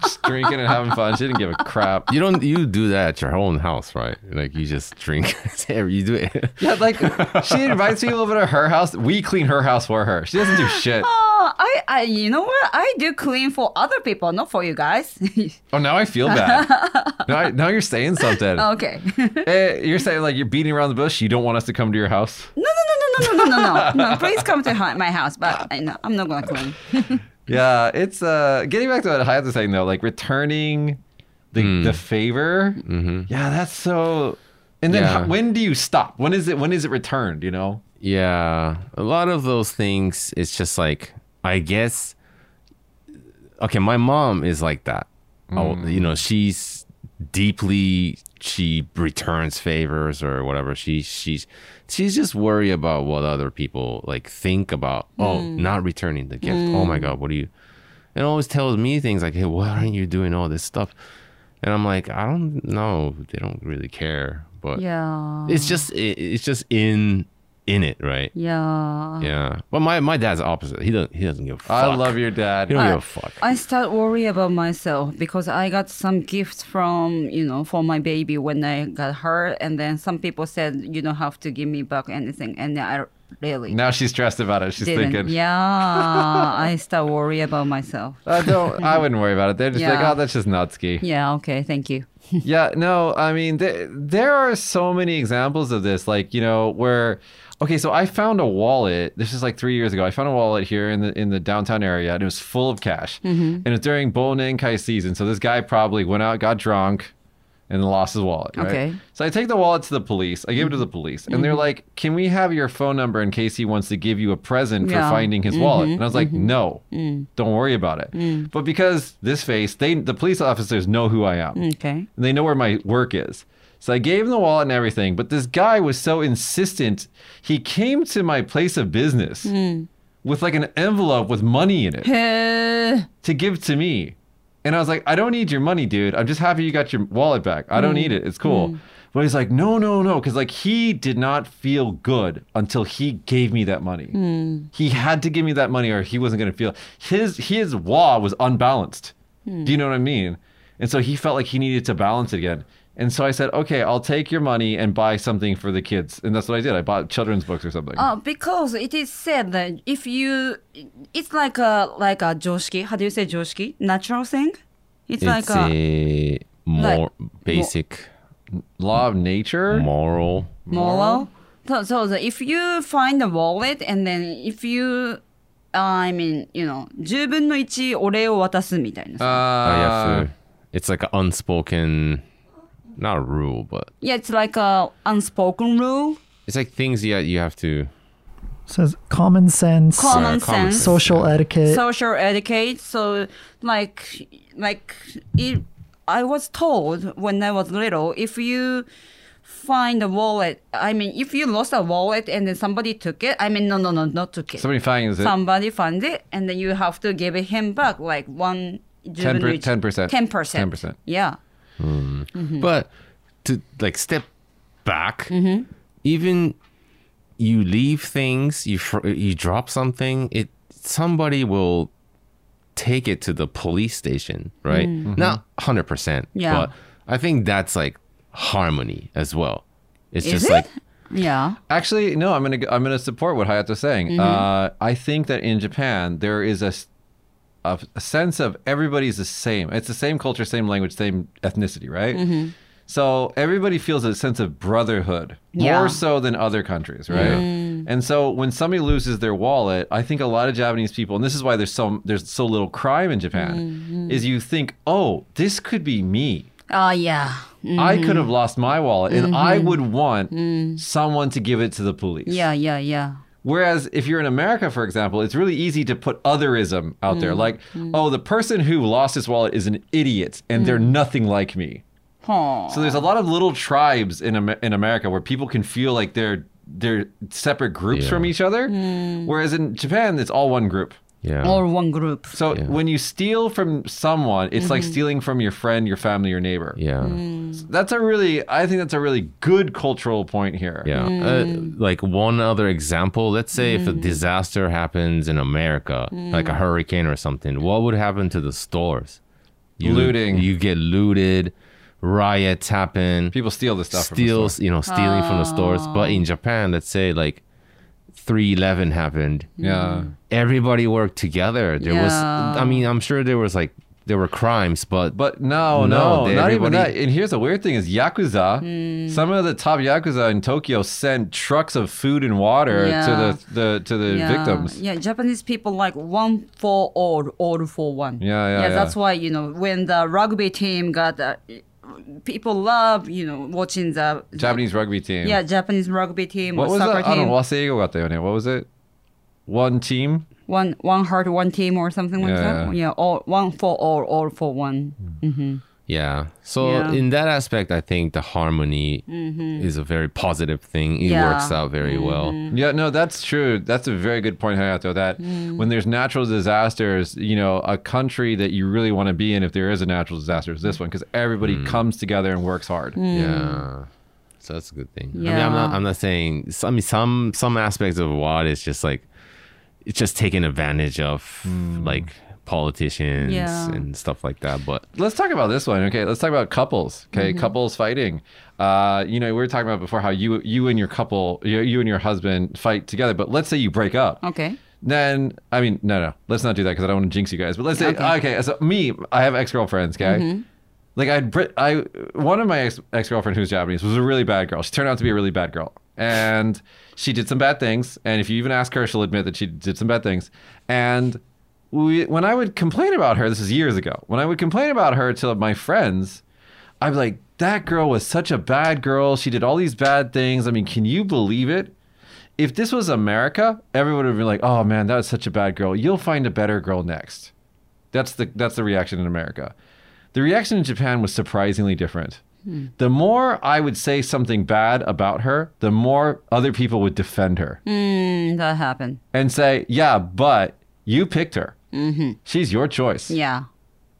Speaker 1: just drinking and having fun. She didn't give a crap.
Speaker 3: You don't. You do that at your own house, right? Like you just drink. you do it.
Speaker 1: Yeah, like she invites people over to her house. We clean her house for her. She doesn't do shit.
Speaker 2: Oh, I, I, you know what? I do clean for other people, not for you guys.
Speaker 1: Oh, now I feel bad. Now, I, now you're saying something.
Speaker 2: okay. no, no,
Speaker 1: Eh, you're saying like you're beating around the bush. You don't want us to come to your house.
Speaker 2: no, no, no, no, no, no, no, no. Please come to hi- my house, but I know, I'm not gonna clean.
Speaker 1: Yeah, it's uh getting back to what Hayato was saying though, like returning the
Speaker 3: Hmm.
Speaker 1: the favor. Yeah, that's so. And then
Speaker 3: Mm-hmm. Yeah.
Speaker 1: ho- when do you stop? When is it? When is it returned? You know.
Speaker 3: Yeah, a lot of those things. It's just like I guess. Okay, my mom is like that. Oh, you know, she's deeply she returns favors or whatever. She she's she's just worried about what other people like think about. Oh, not returning the gift. Oh my God, what do you? And always tells me things like, "Hey, why aren't you doing all this stuff?" And I'm like, I don't know. They don't really care, but
Speaker 2: Yeah.
Speaker 3: it's just it, it's just in in it, right?
Speaker 2: Yeah.
Speaker 3: Yeah. But my, my dad's opposite. He doesn't he doesn't give a fuck.
Speaker 1: I love your dad.
Speaker 3: He don't give
Speaker 2: I-
Speaker 3: a fuck.
Speaker 2: I start worry about myself because I got some gifts from you know for my baby when I got her, and then some people said you don't have to give me back anything, and I really
Speaker 1: Now she's stressed about it. She's
Speaker 2: didn't.
Speaker 1: thinking,
Speaker 2: Yeah, I start worry about myself.
Speaker 1: I don't. I wouldn't worry about it. They're just like,
Speaker 2: Yeah.
Speaker 1: oh, that's just Natsuki.
Speaker 2: Yeah, okay, thank you.
Speaker 1: yeah, no. I mean, th- there are so many examples of this. Like, you know, where okay, so I found a wallet. This is like three years ago. I found a wallet here in the in the downtown area, and it was full of cash.
Speaker 2: Mm-hmm.
Speaker 1: And it was during Bonenkai season, so this guy probably went out, got drunk, and lost his wallet. right?
Speaker 2: Okay. Mm-hmm.
Speaker 1: So I take the wallet to the police. I give it to the police, and they're like, "Can we have your phone number in case he wants to give you a present
Speaker 2: Yeah. Mm-hmm. Mm.
Speaker 1: for finding his wallet?" And I was like, "No, don't worry about it." But because this face, they the police officers know who I am
Speaker 2: Okay.
Speaker 1: and they know where my work is. So I gave him the wallet and everything, but this guy was so insistent. He came to my place of business with like an envelope with money in it
Speaker 2: Eh,
Speaker 1: to give to me. And I was like, I don't need your money, dude. I'm just happy you got your wallet back. I don't need it. It's cool. But he's like, no, no, no. Cause like he did not feel good until he gave me that money. He had to give me that money or he wasn't gonna feel his his wah was unbalanced. Do you know what I mean? And so he felt like he needed to balance it again. And so I said, okay, I'll take your money and buy something for the kids. And that's what I did. I bought children's books or something.
Speaker 2: Uh, because it is said that if you, it's like a like a joshiki. How do you say joshiki? Natural thing. It's, like uh,
Speaker 3: It's
Speaker 2: a
Speaker 3: a more basic
Speaker 1: Law of nature.
Speaker 3: moral.
Speaker 2: moral. So, so the, if you find a wallet and then if you, I mean, you know, 10分の1お礼を渡すみたいなさ。
Speaker 1: Uh,
Speaker 3: I have to, Oh, it's like an unspoken not a rule, but
Speaker 2: yeah, it's like a unspoken rule.
Speaker 3: it's like things that you have to uh,
Speaker 4: says common sense,
Speaker 2: Com- Common sense.
Speaker 4: social etiquette.
Speaker 2: social etiquette. So like like it, I was told when I was little, if you find a wallet, I mean, if you lost a wallet and then somebody took it, I mean, no, no, no, not took it.
Speaker 1: somebody finds it.
Speaker 2: somebody found it, and then you have to give it him back, like one.
Speaker 1: 10%. 10%.
Speaker 2: Ten percent.
Speaker 1: 10%.
Speaker 2: Yeah.
Speaker 3: But to like step back, even you leave things, you fr- you drop something, it somebody will take it to the police station, right? Not 100%.
Speaker 2: Yeah.
Speaker 3: But I think that's like harmony as well. It's
Speaker 2: Is
Speaker 3: just
Speaker 2: it?
Speaker 3: like,
Speaker 2: yeah.
Speaker 1: Actually, no. I'm gonna I'm gonna support what Hayato's saying. Uh, I think that in Japan there is a, s- a, a sense of everybody's the same. It's the same culture, same language, same ethnicity, right? So everybody feels a sense of brotherhood
Speaker 2: Yeah.
Speaker 1: more so than other countries, right? And so when somebody loses their wallet, I think a lot of Japanese people, and this is why there's so there's so little crime in Japan, is you think, oh, this could be me.
Speaker 2: Oh, yeah. Mm.
Speaker 1: I could have lost my wallet and I would want someone to give it to the police.
Speaker 2: Yeah, yeah, yeah.
Speaker 1: Whereas if you're in America, for example, it's really easy to put otherism out there. Like, oh, the person who lost his wallet is an idiot and they're nothing like me.
Speaker 2: Huh.
Speaker 1: So there's a lot of little tribes in Am- in America where people can feel like they're they're separate groups
Speaker 3: Yeah.
Speaker 1: from each other. Whereas in Japan, it's all one group.
Speaker 3: yeah.
Speaker 2: Or one group.
Speaker 1: So when you steal from someone, it's like stealing from your friend, your family, your neighbor.
Speaker 3: yeah.
Speaker 1: That's a really, I think that's a really good cultural point here.
Speaker 3: Yeah. Uh, like one other example, let's say if a disaster happens in America, like a hurricane or something, what would happen to the stores? You,
Speaker 1: Looting.
Speaker 3: You get looted, riots happen,
Speaker 1: People steal this stuff. from
Speaker 3: steals,
Speaker 1: us.
Speaker 3: you know, stealing from the stores. But in Japan, let's say like 311 happened.
Speaker 1: Yeah.
Speaker 3: Everybody worked together. There was,
Speaker 2: Yeah.
Speaker 3: I mean, I'm sure there was like, there were crimes, but,
Speaker 1: But no,
Speaker 3: No,
Speaker 1: no,
Speaker 3: they-
Speaker 1: not even that.
Speaker 3: everybody-
Speaker 1: And here's the weird thing: is yakuza.
Speaker 2: Hmm.
Speaker 1: Some of the top yakuza in Tokyo sent trucks of food and water
Speaker 2: Yeah.
Speaker 1: to the, the to the
Speaker 2: yeah.
Speaker 1: victims.
Speaker 2: Yeah, Japanese people like one for all, all for one.
Speaker 1: Yeah, yeah, yeah.
Speaker 2: Yeah, that's why, you know, when the rugby team got, uh, people love, you know, watching the
Speaker 1: Japanese rugby team.
Speaker 2: Yeah, Japanese rugby team
Speaker 1: What
Speaker 2: or
Speaker 1: was
Speaker 2: soccer
Speaker 1: that? I don't
Speaker 2: team.
Speaker 1: know. Waseigo What was it? One team.
Speaker 2: One one heart, one team or something like
Speaker 1: Yeah.
Speaker 2: that. Yeah, all one for all, all for one. hmm
Speaker 3: yeah. So
Speaker 2: Yeah. Mm-hmm.
Speaker 3: in that aspect, I think the harmony is a very positive thing.
Speaker 2: Yeah.
Speaker 3: It
Speaker 2: Mm-hmm. Mm.
Speaker 3: works out very well.
Speaker 2: Hmm.
Speaker 1: Yeah, no, that's true. That's a very good point, Hayato. That when there's natural disasters, you know, a country that you really want to be in, if there is a natural disaster, is this one because everybody
Speaker 2: Hmm.
Speaker 1: comes together and works hard.
Speaker 3: Yeah. So that's a good thing. I mean, I'm not,
Speaker 2: Yeah.
Speaker 3: I'm not saying, I mean, some, some aspects of WAD is just like, it's just taking advantage of like politicians
Speaker 2: Yeah.
Speaker 3: and stuff like that. But
Speaker 1: let's talk about this one. Okay, let's talk about couples. Okay, couples fighting. Uh, you know, we were talking about before how you you and your couple, you, you and your husband fight together. But let's say you break up.
Speaker 2: Okay.
Speaker 1: Then I mean, no, no, let's not do that because I don't want to jinx you guys. But let's say okay.
Speaker 2: Okay.
Speaker 1: so me, I have ex girlfriends, okay. Like I, Brit, I, one of my ex girlfriend who's Japanese was a really bad girl. She turned out to be a really bad girl, and she did some bad things. And if you even ask her, she'll admit that she did some bad things. And we, when I would complain about her, this is years ago. When I would complain about her to my friends, I'm like, that girl was such a bad girl. She did all these bad things. I mean, can you believe it? If this was America, everyone would be like, "Oh man, that was such a bad girl. You'll find a better girl next." That's the that's the reaction in America. The reaction in Japan was surprisingly different. The more I would say something bad about her, the more other people would defend her
Speaker 2: Mm, that happened.
Speaker 1: and say, "Yeah, but you picked her. She's your choice.
Speaker 2: Yeah.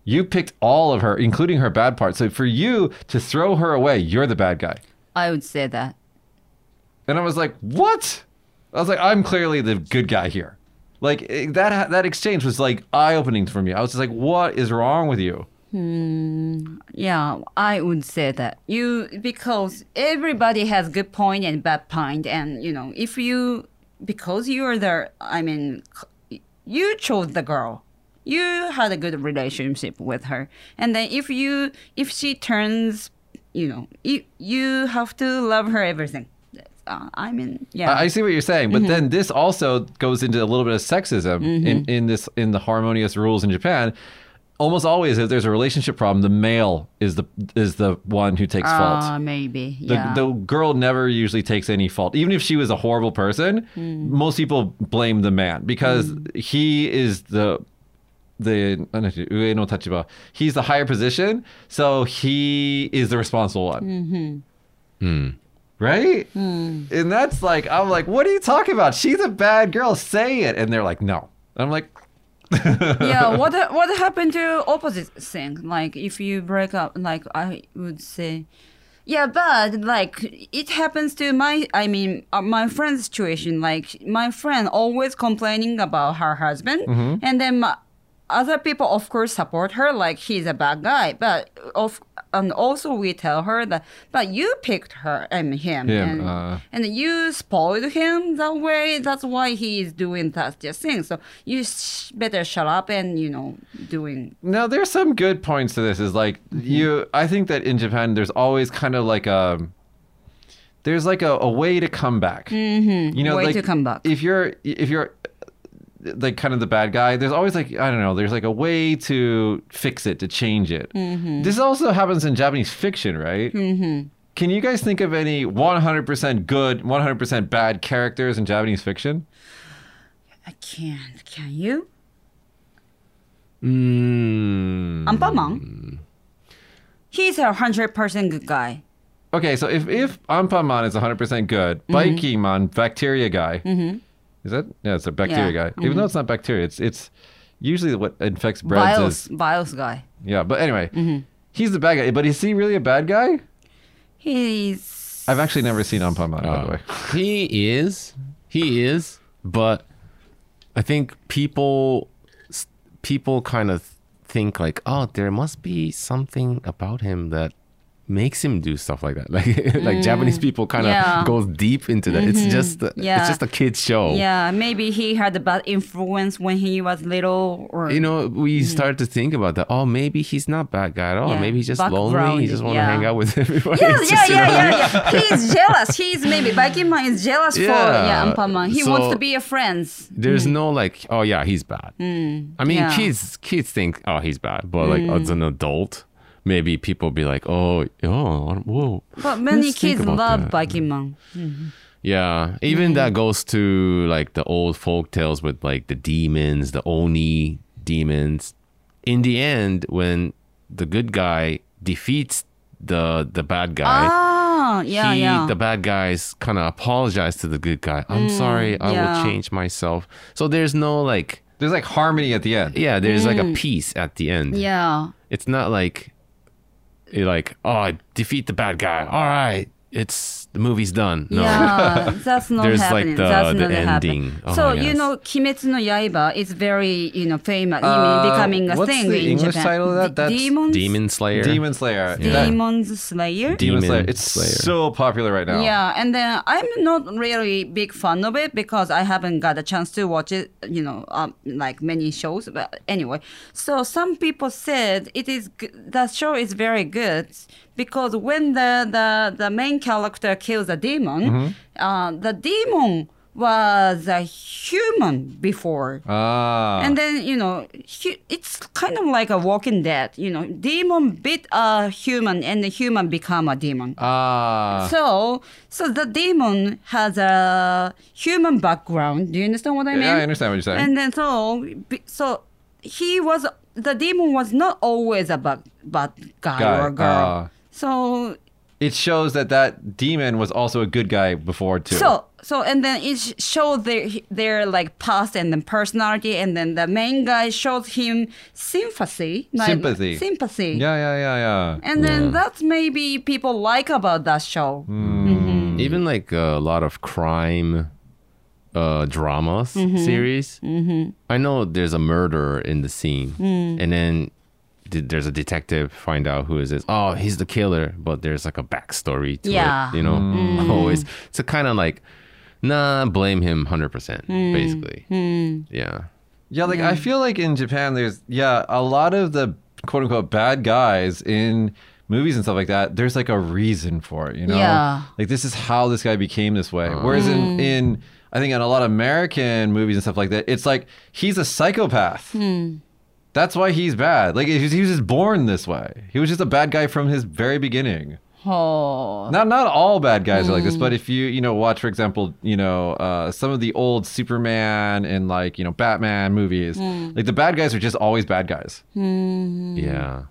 Speaker 1: You picked all of her, including her bad parts. So for you to throw her away, you're the bad guy."
Speaker 2: I would say that.
Speaker 1: And I was like, "What?" I was like, "I'm clearly the good guy here." Like it- that that exchange was like eye-opening for me. I was just like, "What is wrong with you?"
Speaker 2: Yeah, I would say that. You because everybody has good point and bad point and you know, if you because you are the I mean c- you chose the girl. You had a good relationship with her. And then if you if she turns, you know, you, you have to love her everything. That's- Uh, I mean, yeah.
Speaker 1: I I see what you're saying, but then this also goes into a little bit of sexism in, in this in the harmonious rules in Japan. Almost always, if there's a relationship problem, the male is the is the one who takes
Speaker 2: Ah,
Speaker 1: fault.
Speaker 2: maybe.
Speaker 1: The,
Speaker 2: Yeah.
Speaker 1: the girl never usually takes any fault, even if she was a horrible person. Most people blame the man because he is the the uh, no, ue no tachiba. He's the higher position, so he is the responsible one. Right? And that's like, I'm like, what are you talking about? She's a bad girl. Say it. And they're like, no. And I'm like,
Speaker 2: yeah what what happened to opposite thing like if you break up like i would say yeah but like it happens to my i mean uh, my friend's
Speaker 1: Mm-hmm.
Speaker 2: situation like my friend always complaining about her husband and then my, other people of course support her like he's a bad guy but of and also we tell her that but you picked her and him,
Speaker 1: Him,
Speaker 2: and,
Speaker 1: uh.
Speaker 2: and you spoiled him that way that's why he is doing that just thing so you sh- better shut up and you know doing
Speaker 1: Now there's some good points to this. Is like
Speaker 2: Mm-hmm.
Speaker 1: you. I think that in Japan there's always kind of like a there's like a, a way to come back. Mm-hmm. You know,
Speaker 2: Way
Speaker 1: like,
Speaker 2: to come back.
Speaker 1: If you're if you're uh, like kind of the bad guy, there's always like I don't know. There's like a way to fix it to change it.
Speaker 2: Mm-hmm.
Speaker 1: This also happens in Japanese fiction, right? Mm-hmm. Can you guys think of any 100% good, 100% bad characters in Japanese fiction?
Speaker 2: i can't can you
Speaker 3: Mm.
Speaker 2: Ampamang he's a hundred percent good guy
Speaker 1: Okay, so if if Anpanman is 100% good,
Speaker 2: Mm-hmm.
Speaker 1: Bikimon, bacteria guy. Is that? Yeah, it's a bacteria
Speaker 2: Yeah, Mm-hmm.
Speaker 1: guy. Even though it's not bacteria, it's it's usually what infects breads
Speaker 2: Bios,
Speaker 1: is.
Speaker 2: Bios guy
Speaker 1: Yeah, but anyway,
Speaker 2: Mm-hmm.
Speaker 1: he's the bad guy. But is he really a bad guy?
Speaker 2: he's
Speaker 1: I've actually never seen Anpanman, by the way.
Speaker 3: he is. He is. But I think people s- people kind of think like, oh, there must be something about him that makes him do stuff like that. Like like Japanese people kind of
Speaker 2: Mm. Yeah. Mm-hmm.
Speaker 3: goes deep into that. It's just
Speaker 2: Yeah.
Speaker 3: it's just a kids show.
Speaker 2: yeah maybe he had a bad influence when he was little or
Speaker 3: You know, we start to think about that. Oh, maybe he's not bad guy at all.
Speaker 2: Mm-hmm. Yeah.
Speaker 3: Maybe he's just lonely.
Speaker 2: Background,
Speaker 3: He just want to
Speaker 2: yeah.
Speaker 3: hang out with everybody.
Speaker 2: Yeah,
Speaker 3: It's
Speaker 2: yeah,
Speaker 3: just, you know,
Speaker 2: yeah, yeah, yeah. He's jealous. He's maybe Bakiman is jealous for yeah
Speaker 3: Yeah.
Speaker 2: Ampaman. He
Speaker 3: So-
Speaker 2: wants to be a friend.
Speaker 3: There's no like, oh yeah, he's bad. I mean,
Speaker 2: Mm-hmm. Mm, yeah. Mm.
Speaker 3: kids kids think, oh, he's bad, but like as an adult, maybe people be like, oh, oh, whoa.
Speaker 2: But many
Speaker 3: Let's think
Speaker 2: kids
Speaker 3: about
Speaker 2: love Mm.
Speaker 3: that.
Speaker 2: Bakiman.
Speaker 3: Yeah, even that goes to like the old folk tales with like the demons, the oni demons. In the end, when the good guy defeats the the bad guy,
Speaker 2: Ah, yeah,
Speaker 3: he,
Speaker 2: yeah. Mm,
Speaker 3: the bad guys kind of apologize to the good guy. I'm sorry, I
Speaker 2: yeah.
Speaker 3: will change myself. So there's no like,
Speaker 1: There's like harmony at the end.
Speaker 3: yeah, there's like a peace at the end.
Speaker 2: Mm. yeah.
Speaker 3: It's not like, you're like, oh, I defeat the bad guy. All right, it's the movie's done. No.
Speaker 2: Yeah, that's not
Speaker 3: There's, like,
Speaker 2: happening.
Speaker 3: the-
Speaker 2: that's
Speaker 3: the
Speaker 2: not happening.
Speaker 3: ending. Oh,
Speaker 2: so
Speaker 3: yes.
Speaker 2: you know, Kimetsu no Yaiba is very you know famous,
Speaker 1: Uh,
Speaker 2: even becoming a
Speaker 1: what's
Speaker 2: thing
Speaker 1: the
Speaker 2: in
Speaker 1: English
Speaker 2: Japan.
Speaker 1: title of that?
Speaker 2: D-
Speaker 1: That's
Speaker 2: Demons,
Speaker 3: Demon Slayer.
Speaker 1: Demon Slayer. That-
Speaker 2: Demons Slayer.
Speaker 1: Demon Slayer.
Speaker 3: Demon
Speaker 1: It's
Speaker 3: Slayer.
Speaker 1: so popular right now.
Speaker 2: Yeah, and then I'm not really big fan of it because I haven't got a chance to watch it, you know, um, like many shows. But anyway, so some people said it is g- the show is very good because when the the, the main character kills a demon, uh, the demon was a human before.
Speaker 1: Ah.
Speaker 2: And then you know, hu- it's kind of like a Walking Dead. You know, demon bit a human, and the human become a demon.
Speaker 1: ah.
Speaker 2: So, so the demon has a human background. Do you understand what I mean?
Speaker 1: Yeah, I understand what you're saying.
Speaker 2: And then so, be- so he was the demon was not always a bad, bad guy,
Speaker 1: Guy,
Speaker 2: or girl.
Speaker 1: ah.
Speaker 2: so,
Speaker 1: it shows that that demon was also a good guy before too.
Speaker 2: so, so, and then it sh- showed their their like past and then personality, and then the main guy showed him sympathy, like,
Speaker 1: Sympathy.
Speaker 2: sympathy.
Speaker 1: yeah, yeah, yeah, yeah. Mm.
Speaker 2: And then that's maybe people like about that show.
Speaker 3: Even like a lot of crime uh, dramas series. Mm-hmm. I know there's a murderer in the scene, and then th- there's a detective find out who is this. Oh, he's the killer, but there's like a backstory to
Speaker 2: Yeah.
Speaker 3: it. You know, always. It's a kind of like, nah, blame him hundred percent, basically. Yeah.
Speaker 1: Yeah, like I feel like in Japan, there's yeah a lot of the quote unquote bad guys in movies and stuff like that. There's like a reason for it, you know.
Speaker 2: Yeah.
Speaker 1: Like this is how this guy became this way. Whereas in in I think in a lot of American movies and stuff like that, it's like he's a psychopath. That's why he's bad. Like he was, he was just born this way. He was just a bad guy from his very beginning.
Speaker 2: Oh,
Speaker 1: Not not all bad guys are like this, but if you you know watch for example you know uh, some of the old Superman and like you know Batman movies, like the bad guys are just always bad guys.
Speaker 3: Mm. yeah,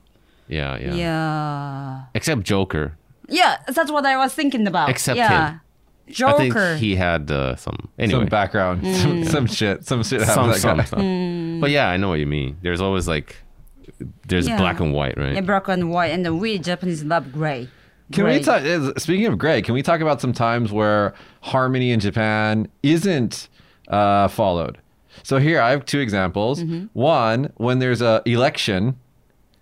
Speaker 3: yeah, yeah,
Speaker 2: yeah.
Speaker 3: Except Joker.
Speaker 2: Yeah, that's what I was thinking about.
Speaker 3: Except
Speaker 2: yeah.
Speaker 3: him.
Speaker 2: Joker.
Speaker 3: I think he had uh, some anyway.
Speaker 1: Some background, some, some shit, some shit.
Speaker 3: some,
Speaker 1: happens to that
Speaker 3: some
Speaker 1: guy.
Speaker 3: stuff. But yeah, I know what you mean. There's always like, there's
Speaker 2: Hmm. Yeah.
Speaker 3: black and white, right?
Speaker 2: yeah, black and white, and then we Japanese love gray.
Speaker 1: Can
Speaker 2: gray.
Speaker 1: we talk? is- Speaking of Greg, can we talk about some times where harmony in Japan isn't uh, followed? So here I have two examples. One, when there's a election,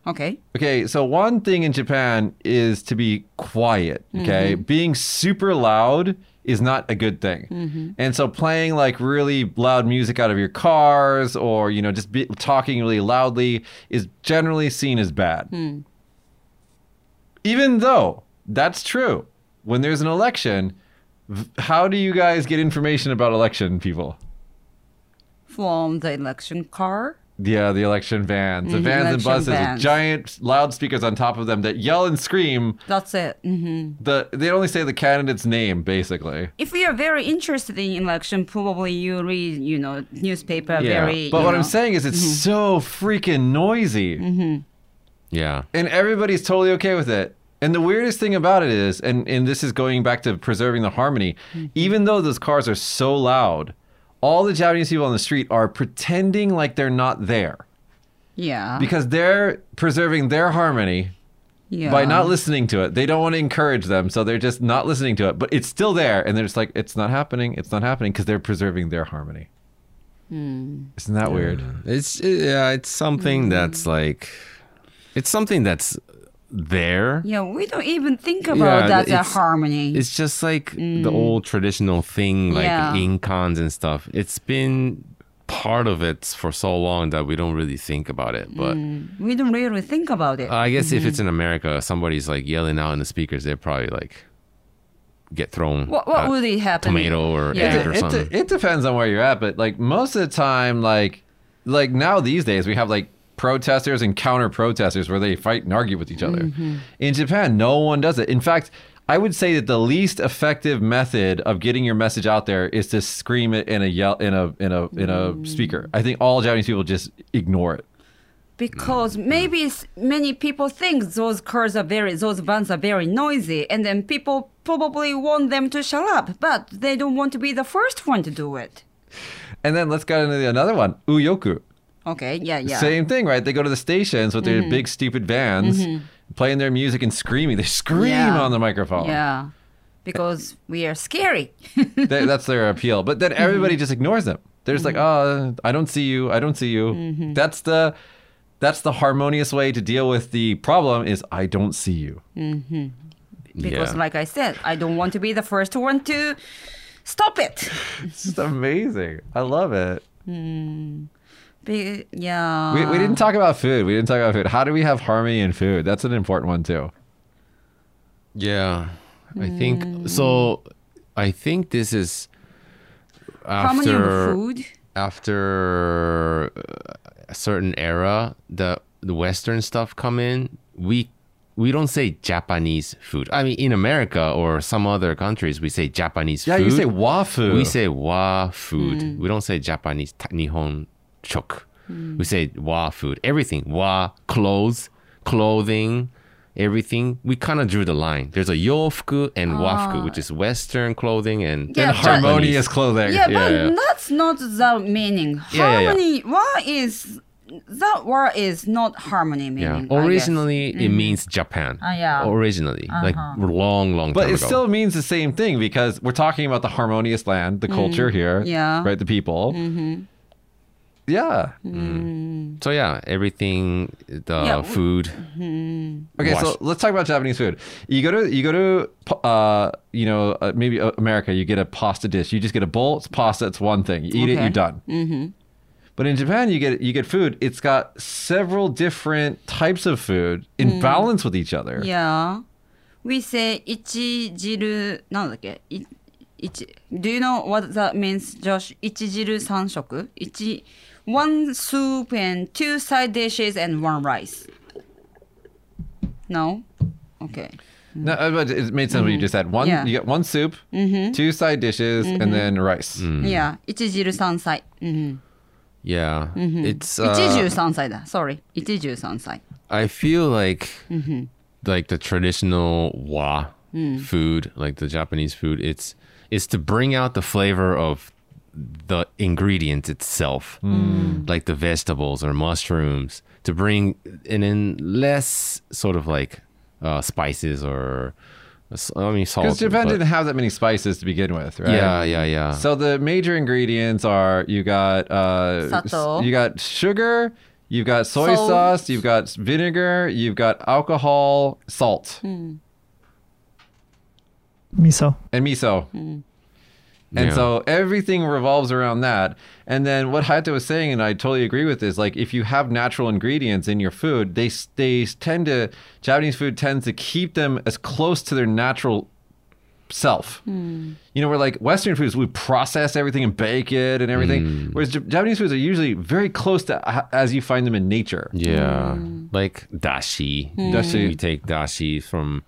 Speaker 2: Okay.
Speaker 1: Okay, so one thing in Japan is to be quiet.
Speaker 2: Mm-hmm.
Speaker 1: Okay, being super loud is not a good thing,
Speaker 2: Mm-hmm.
Speaker 1: and so playing like really loud music out of your cars or you know just be, talking really loudly is generally seen as bad.
Speaker 2: Hmm.
Speaker 1: Even though that's true, when there's an election, v- how do you guys get information about election people?
Speaker 2: From the election car.
Speaker 1: Yeah, the election vans, the vans and
Speaker 2: election
Speaker 1: buses with
Speaker 2: vans.
Speaker 1: giant loudspeakers on top of them that yell and scream
Speaker 2: That's it. hmm
Speaker 1: the they only say the candidate's name basically.
Speaker 2: If you're very interested in election, probably you read, you know, newspaper very.
Speaker 1: but what
Speaker 2: you know- Mm-hmm.
Speaker 1: I'm saying is it's so freaking noisy,
Speaker 3: Yeah.
Speaker 1: and everybody's totally okay with it. And the weirdest thing about it is, and and this is going back to preserving the harmony.
Speaker 2: Mm-hmm.
Speaker 1: Even though those cars are so loud, all the Japanese people on the street are pretending like they're not there
Speaker 2: Yeah.
Speaker 1: because they're preserving their harmony
Speaker 2: yeah.
Speaker 1: by not listening to it. They don't want to encourage them, so they're just not listening to it. But it's still there, and they're just like, it's not happening, it's not happening, because they're preserving their harmony. Isn't that weird?
Speaker 3: It's yeah, it's
Speaker 2: Hmm.
Speaker 3: something that's like it's something that's there.
Speaker 2: Yeah, we don't even think about
Speaker 3: Yeah,
Speaker 2: that that
Speaker 3: it's-
Speaker 2: harmony.
Speaker 3: It's just like the old traditional thing like
Speaker 2: Hmm. Yeah.
Speaker 3: incons and stuff. It's been part of it for so long that we don't really think about it, but
Speaker 2: we don't really think about it.
Speaker 3: I guess if it's
Speaker 2: Mm-hmm.
Speaker 3: in America, somebody's like yelling out in the speakers, they're probably like get thrown
Speaker 2: what what
Speaker 3: a
Speaker 2: would it happen?
Speaker 3: uh, tomato or
Speaker 2: Yeah.
Speaker 3: egg
Speaker 1: it,
Speaker 3: or
Speaker 1: it-
Speaker 3: something.
Speaker 1: it depends on where you're at, but like most of the time, like like now these days we have like protesters and counter protesters where they fight and argue with each other.
Speaker 2: Mm-hmm.
Speaker 1: In Japan, no one does it. In fact, I would say that the least effective method of getting your message out there is to scream it in a yell in a in a in a
Speaker 2: Mm.
Speaker 1: speaker. I think all Japanese people just ignore it.
Speaker 2: Because
Speaker 3: Mm-hmm.
Speaker 2: maybe s- many people think those cars are very, those vans are very noisy, and then people probably want them to shut up, but they don't want to be the first one to do it.
Speaker 1: And then let's get into the- another one, uyoku.
Speaker 2: Okay, yeah, yeah. Mm-hmm.
Speaker 1: Same thing, right? They go to the stations with their big stupid vans, playing their music and screaming. They scream
Speaker 2: Yeah.
Speaker 1: on the microphone.
Speaker 2: Yeah, because we are scary.
Speaker 1: Th- that's their appeal. But then
Speaker 2: Mm-hmm.
Speaker 1: everybody just ignores them. They're just like, oh, I don't see you. I don't see you.
Speaker 2: Mm-hmm.
Speaker 1: That's the that's the harmonious way to deal with the problem is I don't see you.
Speaker 2: because,
Speaker 3: Yeah.
Speaker 2: like I said, I don't want to be the first one to stop it.
Speaker 1: It's just amazing. I love it.
Speaker 2: Be- yeah.
Speaker 1: We, we didn't talk about food. We didn't talk about food. How do we have harmony in food? That's an important one too.
Speaker 3: Yeah, I think
Speaker 2: Hmm.
Speaker 3: so. I think this is
Speaker 2: harmony of
Speaker 3: after
Speaker 2: food.
Speaker 3: after uh, a certain era the the Western stuff come in. We we don't say Japanese food. I mean, in America or some other countries, we say Japanese
Speaker 1: Yeah,
Speaker 3: food.
Speaker 1: you say wafu.
Speaker 3: we say wa food.
Speaker 2: Mm.
Speaker 3: We don't say Japanese ta- Nihon chok. We say wa food. Everything wa clothes, clothing, everything. We kind of drew the line. There's a yofuku and wafuku, which is Western clothing and
Speaker 2: Ah. Yeah,
Speaker 1: and
Speaker 2: but-
Speaker 1: harmonious clothing.
Speaker 2: Yeah, but
Speaker 3: yeah.
Speaker 2: that's not the meaning.
Speaker 3: Yeah, yeah, yeah.
Speaker 2: Harmony. What is that word is not harmony
Speaker 3: Yeah.
Speaker 2: meaning. Mm, I guess. Mm.
Speaker 3: Originally, it means Japan.
Speaker 2: Ah, yeah. Uh-huh.
Speaker 3: Originally, like long, long time
Speaker 1: But it
Speaker 3: ago.
Speaker 1: still means the same thing because we're talking about the harmonious land, the culture here.
Speaker 2: Mm, Yeah.
Speaker 1: Right? The people. Mm-hmm. Yeah.
Speaker 3: so yeah, everything, the
Speaker 2: Yeah, w-
Speaker 3: food.
Speaker 1: Okay,
Speaker 3: Wash-
Speaker 1: so let's talk about Japanese food. You go to you go to uh, you know uh, maybe uh, America. You get a pasta dish. You just get a bowl. It's pasta. It's one thing. You eat it.
Speaker 2: Okay.
Speaker 1: You're done. Mm-hmm. But in Japan, you get you get food. It's got several different types of food in balance with each other.
Speaker 2: Mm. Yeah. We say ichijiru. なんだっけ? I- Ichi, do you know what that means, Josh? Ichijiru sanshoku. Ichi, one soup and two side dishes and one rice. No. Okay.
Speaker 1: No, uh, but it made sense when you just had one.
Speaker 2: Mm-hmm. Yeah. Mm-hmm.
Speaker 1: You get one soup, two side dishes, and then rice.
Speaker 3: Mm.
Speaker 2: Yeah. Ichijiru sansai. Mm-hmm.
Speaker 3: Yeah, it's uh,
Speaker 2: Ichijiru sansai だ. Sorry. Ichijiru sansai.
Speaker 3: I feel like like the traditional wa food, like the Japanese food, it's it's to bring out the flavor of the ingredients itself,
Speaker 1: Hmm.
Speaker 3: like the vegetables or mushrooms, to bring and then less sort of like uh, spices or S- I mean, salt.
Speaker 1: Because Japan
Speaker 3: but-
Speaker 1: didn't have that many spices to begin with, right?
Speaker 3: Yeah, yeah, yeah.
Speaker 1: So the major ingredients are you got uh,
Speaker 2: Sato.
Speaker 1: you got sugar, you've got soy
Speaker 2: Salt.
Speaker 1: sauce, you've got vinegar, you've got alcohol, salt,
Speaker 4: Miso.
Speaker 1: and miso.
Speaker 2: Hmm.
Speaker 1: And
Speaker 3: Yeah.
Speaker 1: so everything revolves around that. And then what Hayato was saying, and I totally agree with this, like if you have natural ingredients in your food, they they tend to Japanese food tends to keep them as close to their natural self.
Speaker 2: Hmm.
Speaker 1: You know, we're like Western foods, we process everything and bake it and everything.
Speaker 2: Hmm.
Speaker 1: Whereas J- Japanese foods are usually very close to h- as you find them in nature.
Speaker 3: Yeah,
Speaker 2: Mm.
Speaker 3: like dashi.
Speaker 2: Hmm.
Speaker 1: Dashi.
Speaker 3: We take dashi from,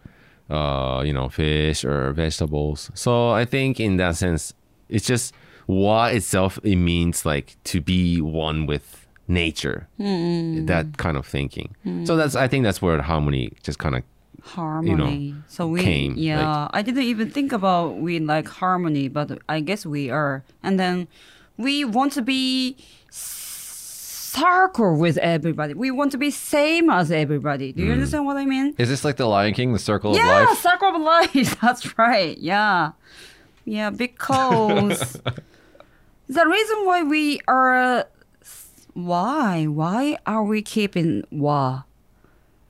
Speaker 3: uh, you know, fish or vegetables. So I think in that sense, it's just wa itself. It means like to be one with nature.
Speaker 2: Hmm.
Speaker 3: That kind of thinking. So that's I think that's where harmony just kind of
Speaker 2: harmony. so we
Speaker 3: came, like-
Speaker 2: yeah, I didn't even think about we like harmony, but I guess we are. And then we want to be circle with everybody. We want to be same as everybody. Do you understand what I mean?
Speaker 1: Is this like the Lion King, the circle of
Speaker 2: yeah,
Speaker 1: life?
Speaker 2: circle of life. That's right. Yeah, yeah, because the reason why we are why why are we keeping wa.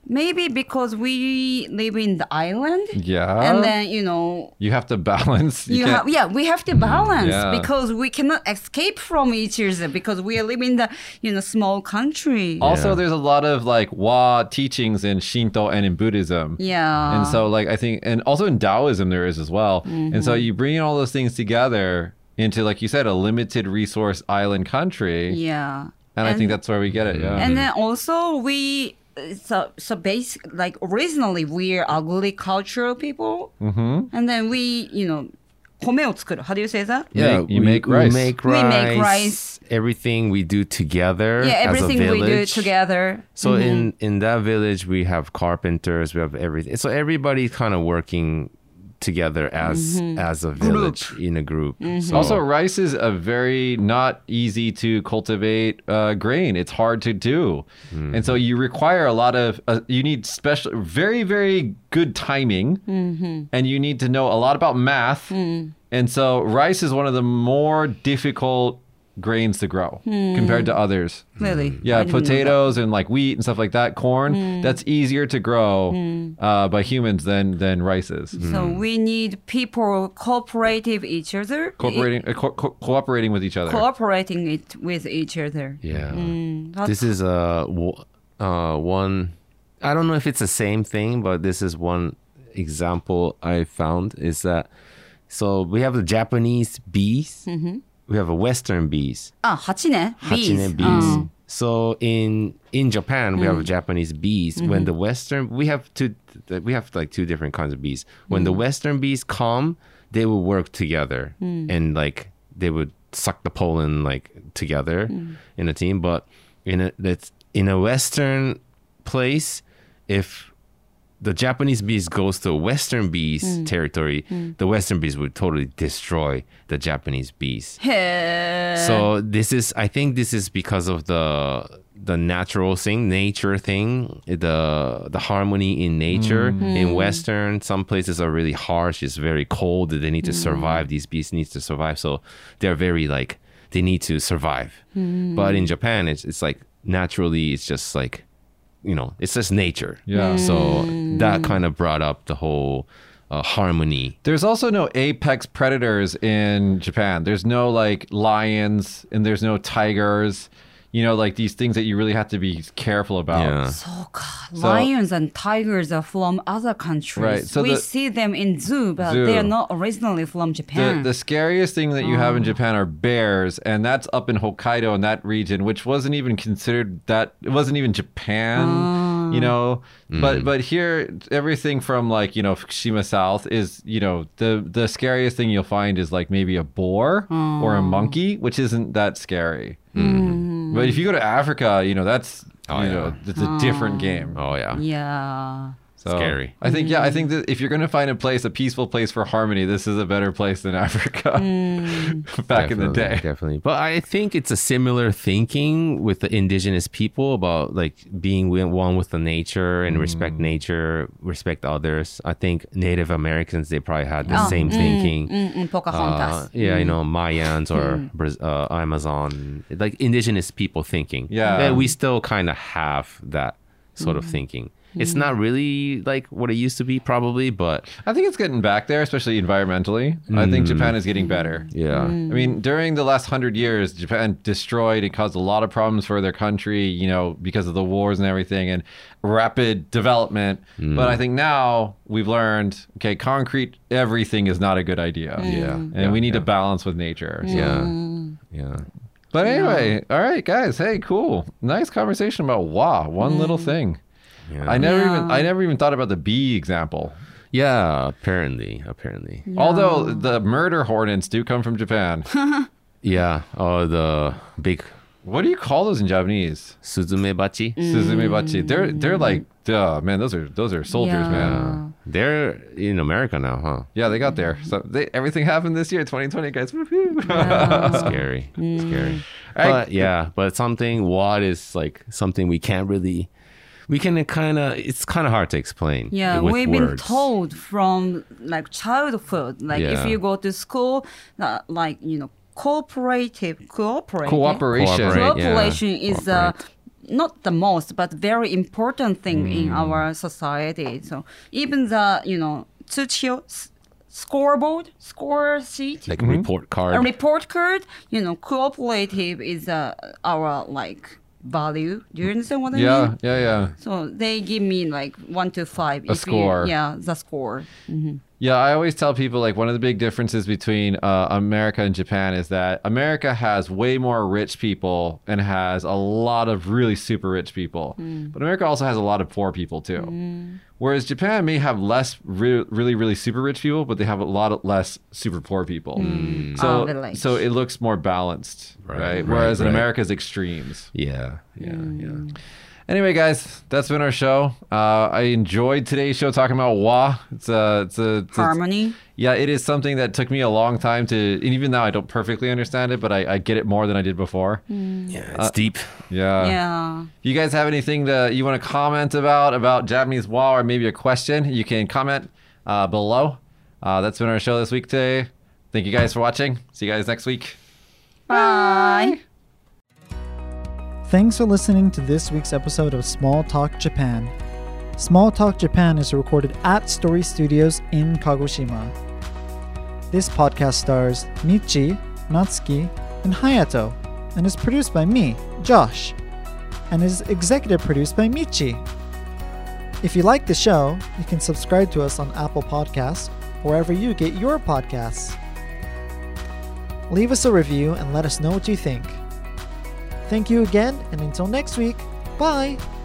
Speaker 2: Maybe because we live in the island,
Speaker 1: Yeah.
Speaker 2: and then you know
Speaker 1: you have to balance.
Speaker 2: you,
Speaker 1: can't- Mm,
Speaker 2: have yeah we have to balance
Speaker 1: yeah.
Speaker 2: because we cannot escape from each other because we are living in the you know small country
Speaker 1: Also,
Speaker 3: Yeah.
Speaker 1: there's a lot of like Wa teachings in Shinto and in Buddhism.
Speaker 2: yeah
Speaker 1: And so, like, I think, and also in Taoism, there is as well. And
Speaker 2: Mm-hmm.
Speaker 1: so, you bring all those things together into, like you said, a limited resource island country.
Speaker 2: yeah
Speaker 1: And, I think that's where we get it. Yeah.
Speaker 2: and then also we so so basic like originally we are agricultural people mm-hmm. and then we you know 米を作る. how do you say that
Speaker 1: Yeah, you
Speaker 3: we-
Speaker 1: make
Speaker 3: we
Speaker 1: rice.
Speaker 3: make
Speaker 2: We
Speaker 3: rice.
Speaker 2: make rice.
Speaker 3: Everything we do together.
Speaker 2: yeah
Speaker 3: as a
Speaker 2: everything we do
Speaker 3: village.
Speaker 2: together
Speaker 3: So in in that village we have carpenters, we have everything. So everybody's kind of working together as as a village in a group. So-
Speaker 1: Also, rice is a very not easy to cultivate uh, grain. It's hard to do, and so you require a lot of. Uh, you need special, very very good timing,
Speaker 2: Mm-hmm.
Speaker 1: and you need to know a lot about math.
Speaker 2: Hmm.
Speaker 1: And so, rice is one of the more difficult grains to grow compared to others.
Speaker 2: clearly Hmm.
Speaker 1: Yeah,
Speaker 2: I didn't know
Speaker 3: Mm-hmm.
Speaker 2: that. Hmm.
Speaker 1: potatoes and like wheat and stuff like that, corn. That's easier to grow uh, by humans than than rice is.
Speaker 2: so
Speaker 3: Mm-hmm.
Speaker 2: we need people cooperative each other
Speaker 1: Cooperating, uh, co- co- cooperating with each other.
Speaker 2: cooperating it with each other
Speaker 3: yeah.
Speaker 2: That's
Speaker 3: This is uh, w- uh one I don't know if it's the same thing, but this is one example I found is that so we have the Japanese bees. We have a Western bees.
Speaker 2: あ、蜂ね。
Speaker 3: Hachine bees.
Speaker 2: Ah, Um,
Speaker 3: So in in Japan, we have Japanese bees. When the Western, we have two, th- we have like two different kinds of bees. When the Western bees come, they will work together and like they would suck the pollen like together in a team. But in a that's in a Western place, if the Japanese bees goes to Western bees territory, the Western bees would totally destroy the Japanese bees.
Speaker 2: へー。
Speaker 3: So this is, I think, this is because of the the natural thing, nature thing, the the harmony in nature. In Western, some places are really harsh. It's very cold. They need to survive. These beasts need to survive. So they're very like they need to survive. But in Japan, it's it's like naturally, it's just like you know, it's just nature.
Speaker 1: Yeah.
Speaker 3: So that kind of brought up the whole uh, harmony.
Speaker 1: There's also no apex predators in Japan. There's no like lions and there's no tigers. You know, like these things that you really have to be careful about.
Speaker 3: Yeah.
Speaker 2: そうか。Lions and tigers are from other countries.
Speaker 1: Right, so
Speaker 2: We
Speaker 1: the-
Speaker 2: see them in zoo, but
Speaker 1: Zoo.
Speaker 2: they are not originally from
Speaker 1: The,
Speaker 2: Japan.
Speaker 1: the scariest thing that you have in Japan are bears, and that's up in Hokkaido in that region, which wasn't even considered that. It wasn't even Japan, you know.
Speaker 3: Mm.
Speaker 1: But but here, everything from like you know Fukushima South is you know the the scariest thing you'll find is like maybe a boar or a monkey, which isn't that scary. But if you go to Africa, you know that's
Speaker 3: Oh,
Speaker 1: you know
Speaker 3: yeah.
Speaker 1: it's a different game.
Speaker 3: Oh yeah.
Speaker 2: yeah.
Speaker 1: So
Speaker 3: Scary.
Speaker 1: I think yeah, I think that if you're going to find a place, a peaceful place for harmony, this is a better place than Africa back in the
Speaker 3: Definitely,
Speaker 1: day.
Speaker 3: Definitely. But I think it's a similar thinking with the indigenous people about like being wi- one with the nature and
Speaker 1: Mm.
Speaker 3: respect nature, respect others. I think Native Americans, they probably had the
Speaker 2: Oh,
Speaker 3: same thinking.
Speaker 2: Mm-mm,
Speaker 3: Uh,
Speaker 1: Ah,
Speaker 2: Pocahontas.
Speaker 3: yeah, you know, Mayans or Braz- uh, Amazon, like indigenous people thinking.
Speaker 1: Yeah.
Speaker 3: we still kind of have that sort of thinking. It's not really like what it used to be, probably, but
Speaker 1: I think it's getting back there, especially environmentally. I
Speaker 3: Mm.
Speaker 1: think Japan is getting better.
Speaker 3: yeah.
Speaker 1: I mean, during the last hundred years, Japan destroyed and caused a lot of problems for their country, you know, because of the wars and everything and rapid development.
Speaker 3: Mm.
Speaker 1: But I think now we've learned okay, concrete everything is not a good idea.
Speaker 3: Yeah.
Speaker 1: And
Speaker 3: Yeah,
Speaker 1: we need
Speaker 3: yeah.
Speaker 1: to balance with nature. so-
Speaker 3: Yeah. Yeah.
Speaker 1: But anyway, all right, guys. Hey, cool. Nice conversation about wah. One little thing.
Speaker 3: Yeah.
Speaker 1: I never even
Speaker 2: Mm. Yeah.
Speaker 1: I never even thought about the bee example.
Speaker 3: Yeah, apparently, apparently.
Speaker 1: Although the murder hornets do come from Japan.
Speaker 3: Yeah, oh the big
Speaker 1: what do you call those in Japanese?
Speaker 3: suzumebachi.
Speaker 2: Mm.
Speaker 1: Suzumibachi. They're they're like, duh, man. Those are those are soldiers, man.
Speaker 2: Yeah.
Speaker 3: Uh, they're in America now, huh?
Speaker 1: Yeah, they got there. So they, everything happened this year, 2020, guys. Woo-hoo.
Speaker 2: Oh.
Speaker 3: Scary,
Speaker 2: Mm.
Speaker 3: scary.
Speaker 1: I-
Speaker 3: But yeah, but something what is like something we can't really, we can kind of. It's kind of hard to explain.
Speaker 2: Yeah,
Speaker 3: with
Speaker 2: we've been
Speaker 3: words.
Speaker 2: told from like childhood, like
Speaker 3: Yeah.
Speaker 2: if you go to school, uh, like you know, cooperative, cooperative,
Speaker 1: Cooperation.
Speaker 3: Cooperate. Right, yeah.
Speaker 2: cooperation is uh, not the most, but very important thing in
Speaker 3: Hmm.
Speaker 2: our society. So even the you know, tsuchiyo s- scoreboard, score sheet,
Speaker 3: like report
Speaker 2: Mm-hmm. a
Speaker 3: card.
Speaker 2: report card, you know, cooperative is uh, our like value. Do you understand what I mean?
Speaker 1: yeah, yeah, yeah.
Speaker 2: So they give me like one to five. if you-
Speaker 1: score.
Speaker 2: yeah, the score.
Speaker 1: Yeah, I always tell people like one of the big differences between uh, America and Japan is that America has way more rich people and has a lot of really super rich people, but America also has a lot of poor people too. Whereas Japan may have less re- really really super rich people, but they have a lot of less super poor people. So
Speaker 2: Oh, really?
Speaker 1: so it looks more balanced, right?
Speaker 3: Mm. Right, right,
Speaker 1: Whereas in
Speaker 3: right. Mm.
Speaker 1: America's extremes.
Speaker 3: yeah,
Speaker 2: Mm.
Speaker 3: yeah, yeah.
Speaker 1: Anyway, guys, that's been our show. Uh, I enjoyed today's show talking about wah. It's a it's a it's a-
Speaker 2: Harmony.
Speaker 1: yeah, it is something that took me a long time to, and even now I don't perfectly understand it, but I, I get it more than I did before.
Speaker 3: Yeah,
Speaker 2: Uh,
Speaker 3: it's deep. uh,
Speaker 1: Yeah.
Speaker 2: yeah.
Speaker 1: You guys have anything that you want to comment about about Japanese wall or maybe a question? You can comment uh, below. Uh, that's been our show this week today. Thank you guys for watching. See you guys next week.
Speaker 2: Bye.
Speaker 4: Thanks for listening to this week's episode of Small Talk Japan. Small Talk Japan is recorded at Story Studios in Kagoshima. This podcast stars Michi, Natsuki, and Hayato, and is produced by me, Josh, and is executive produced by Michi. If you like the show, you can subscribe to us on Apple Podcasts, wherever you get your podcasts. Leave us a review and let us know what you think. Thank you again, and until next week, bye!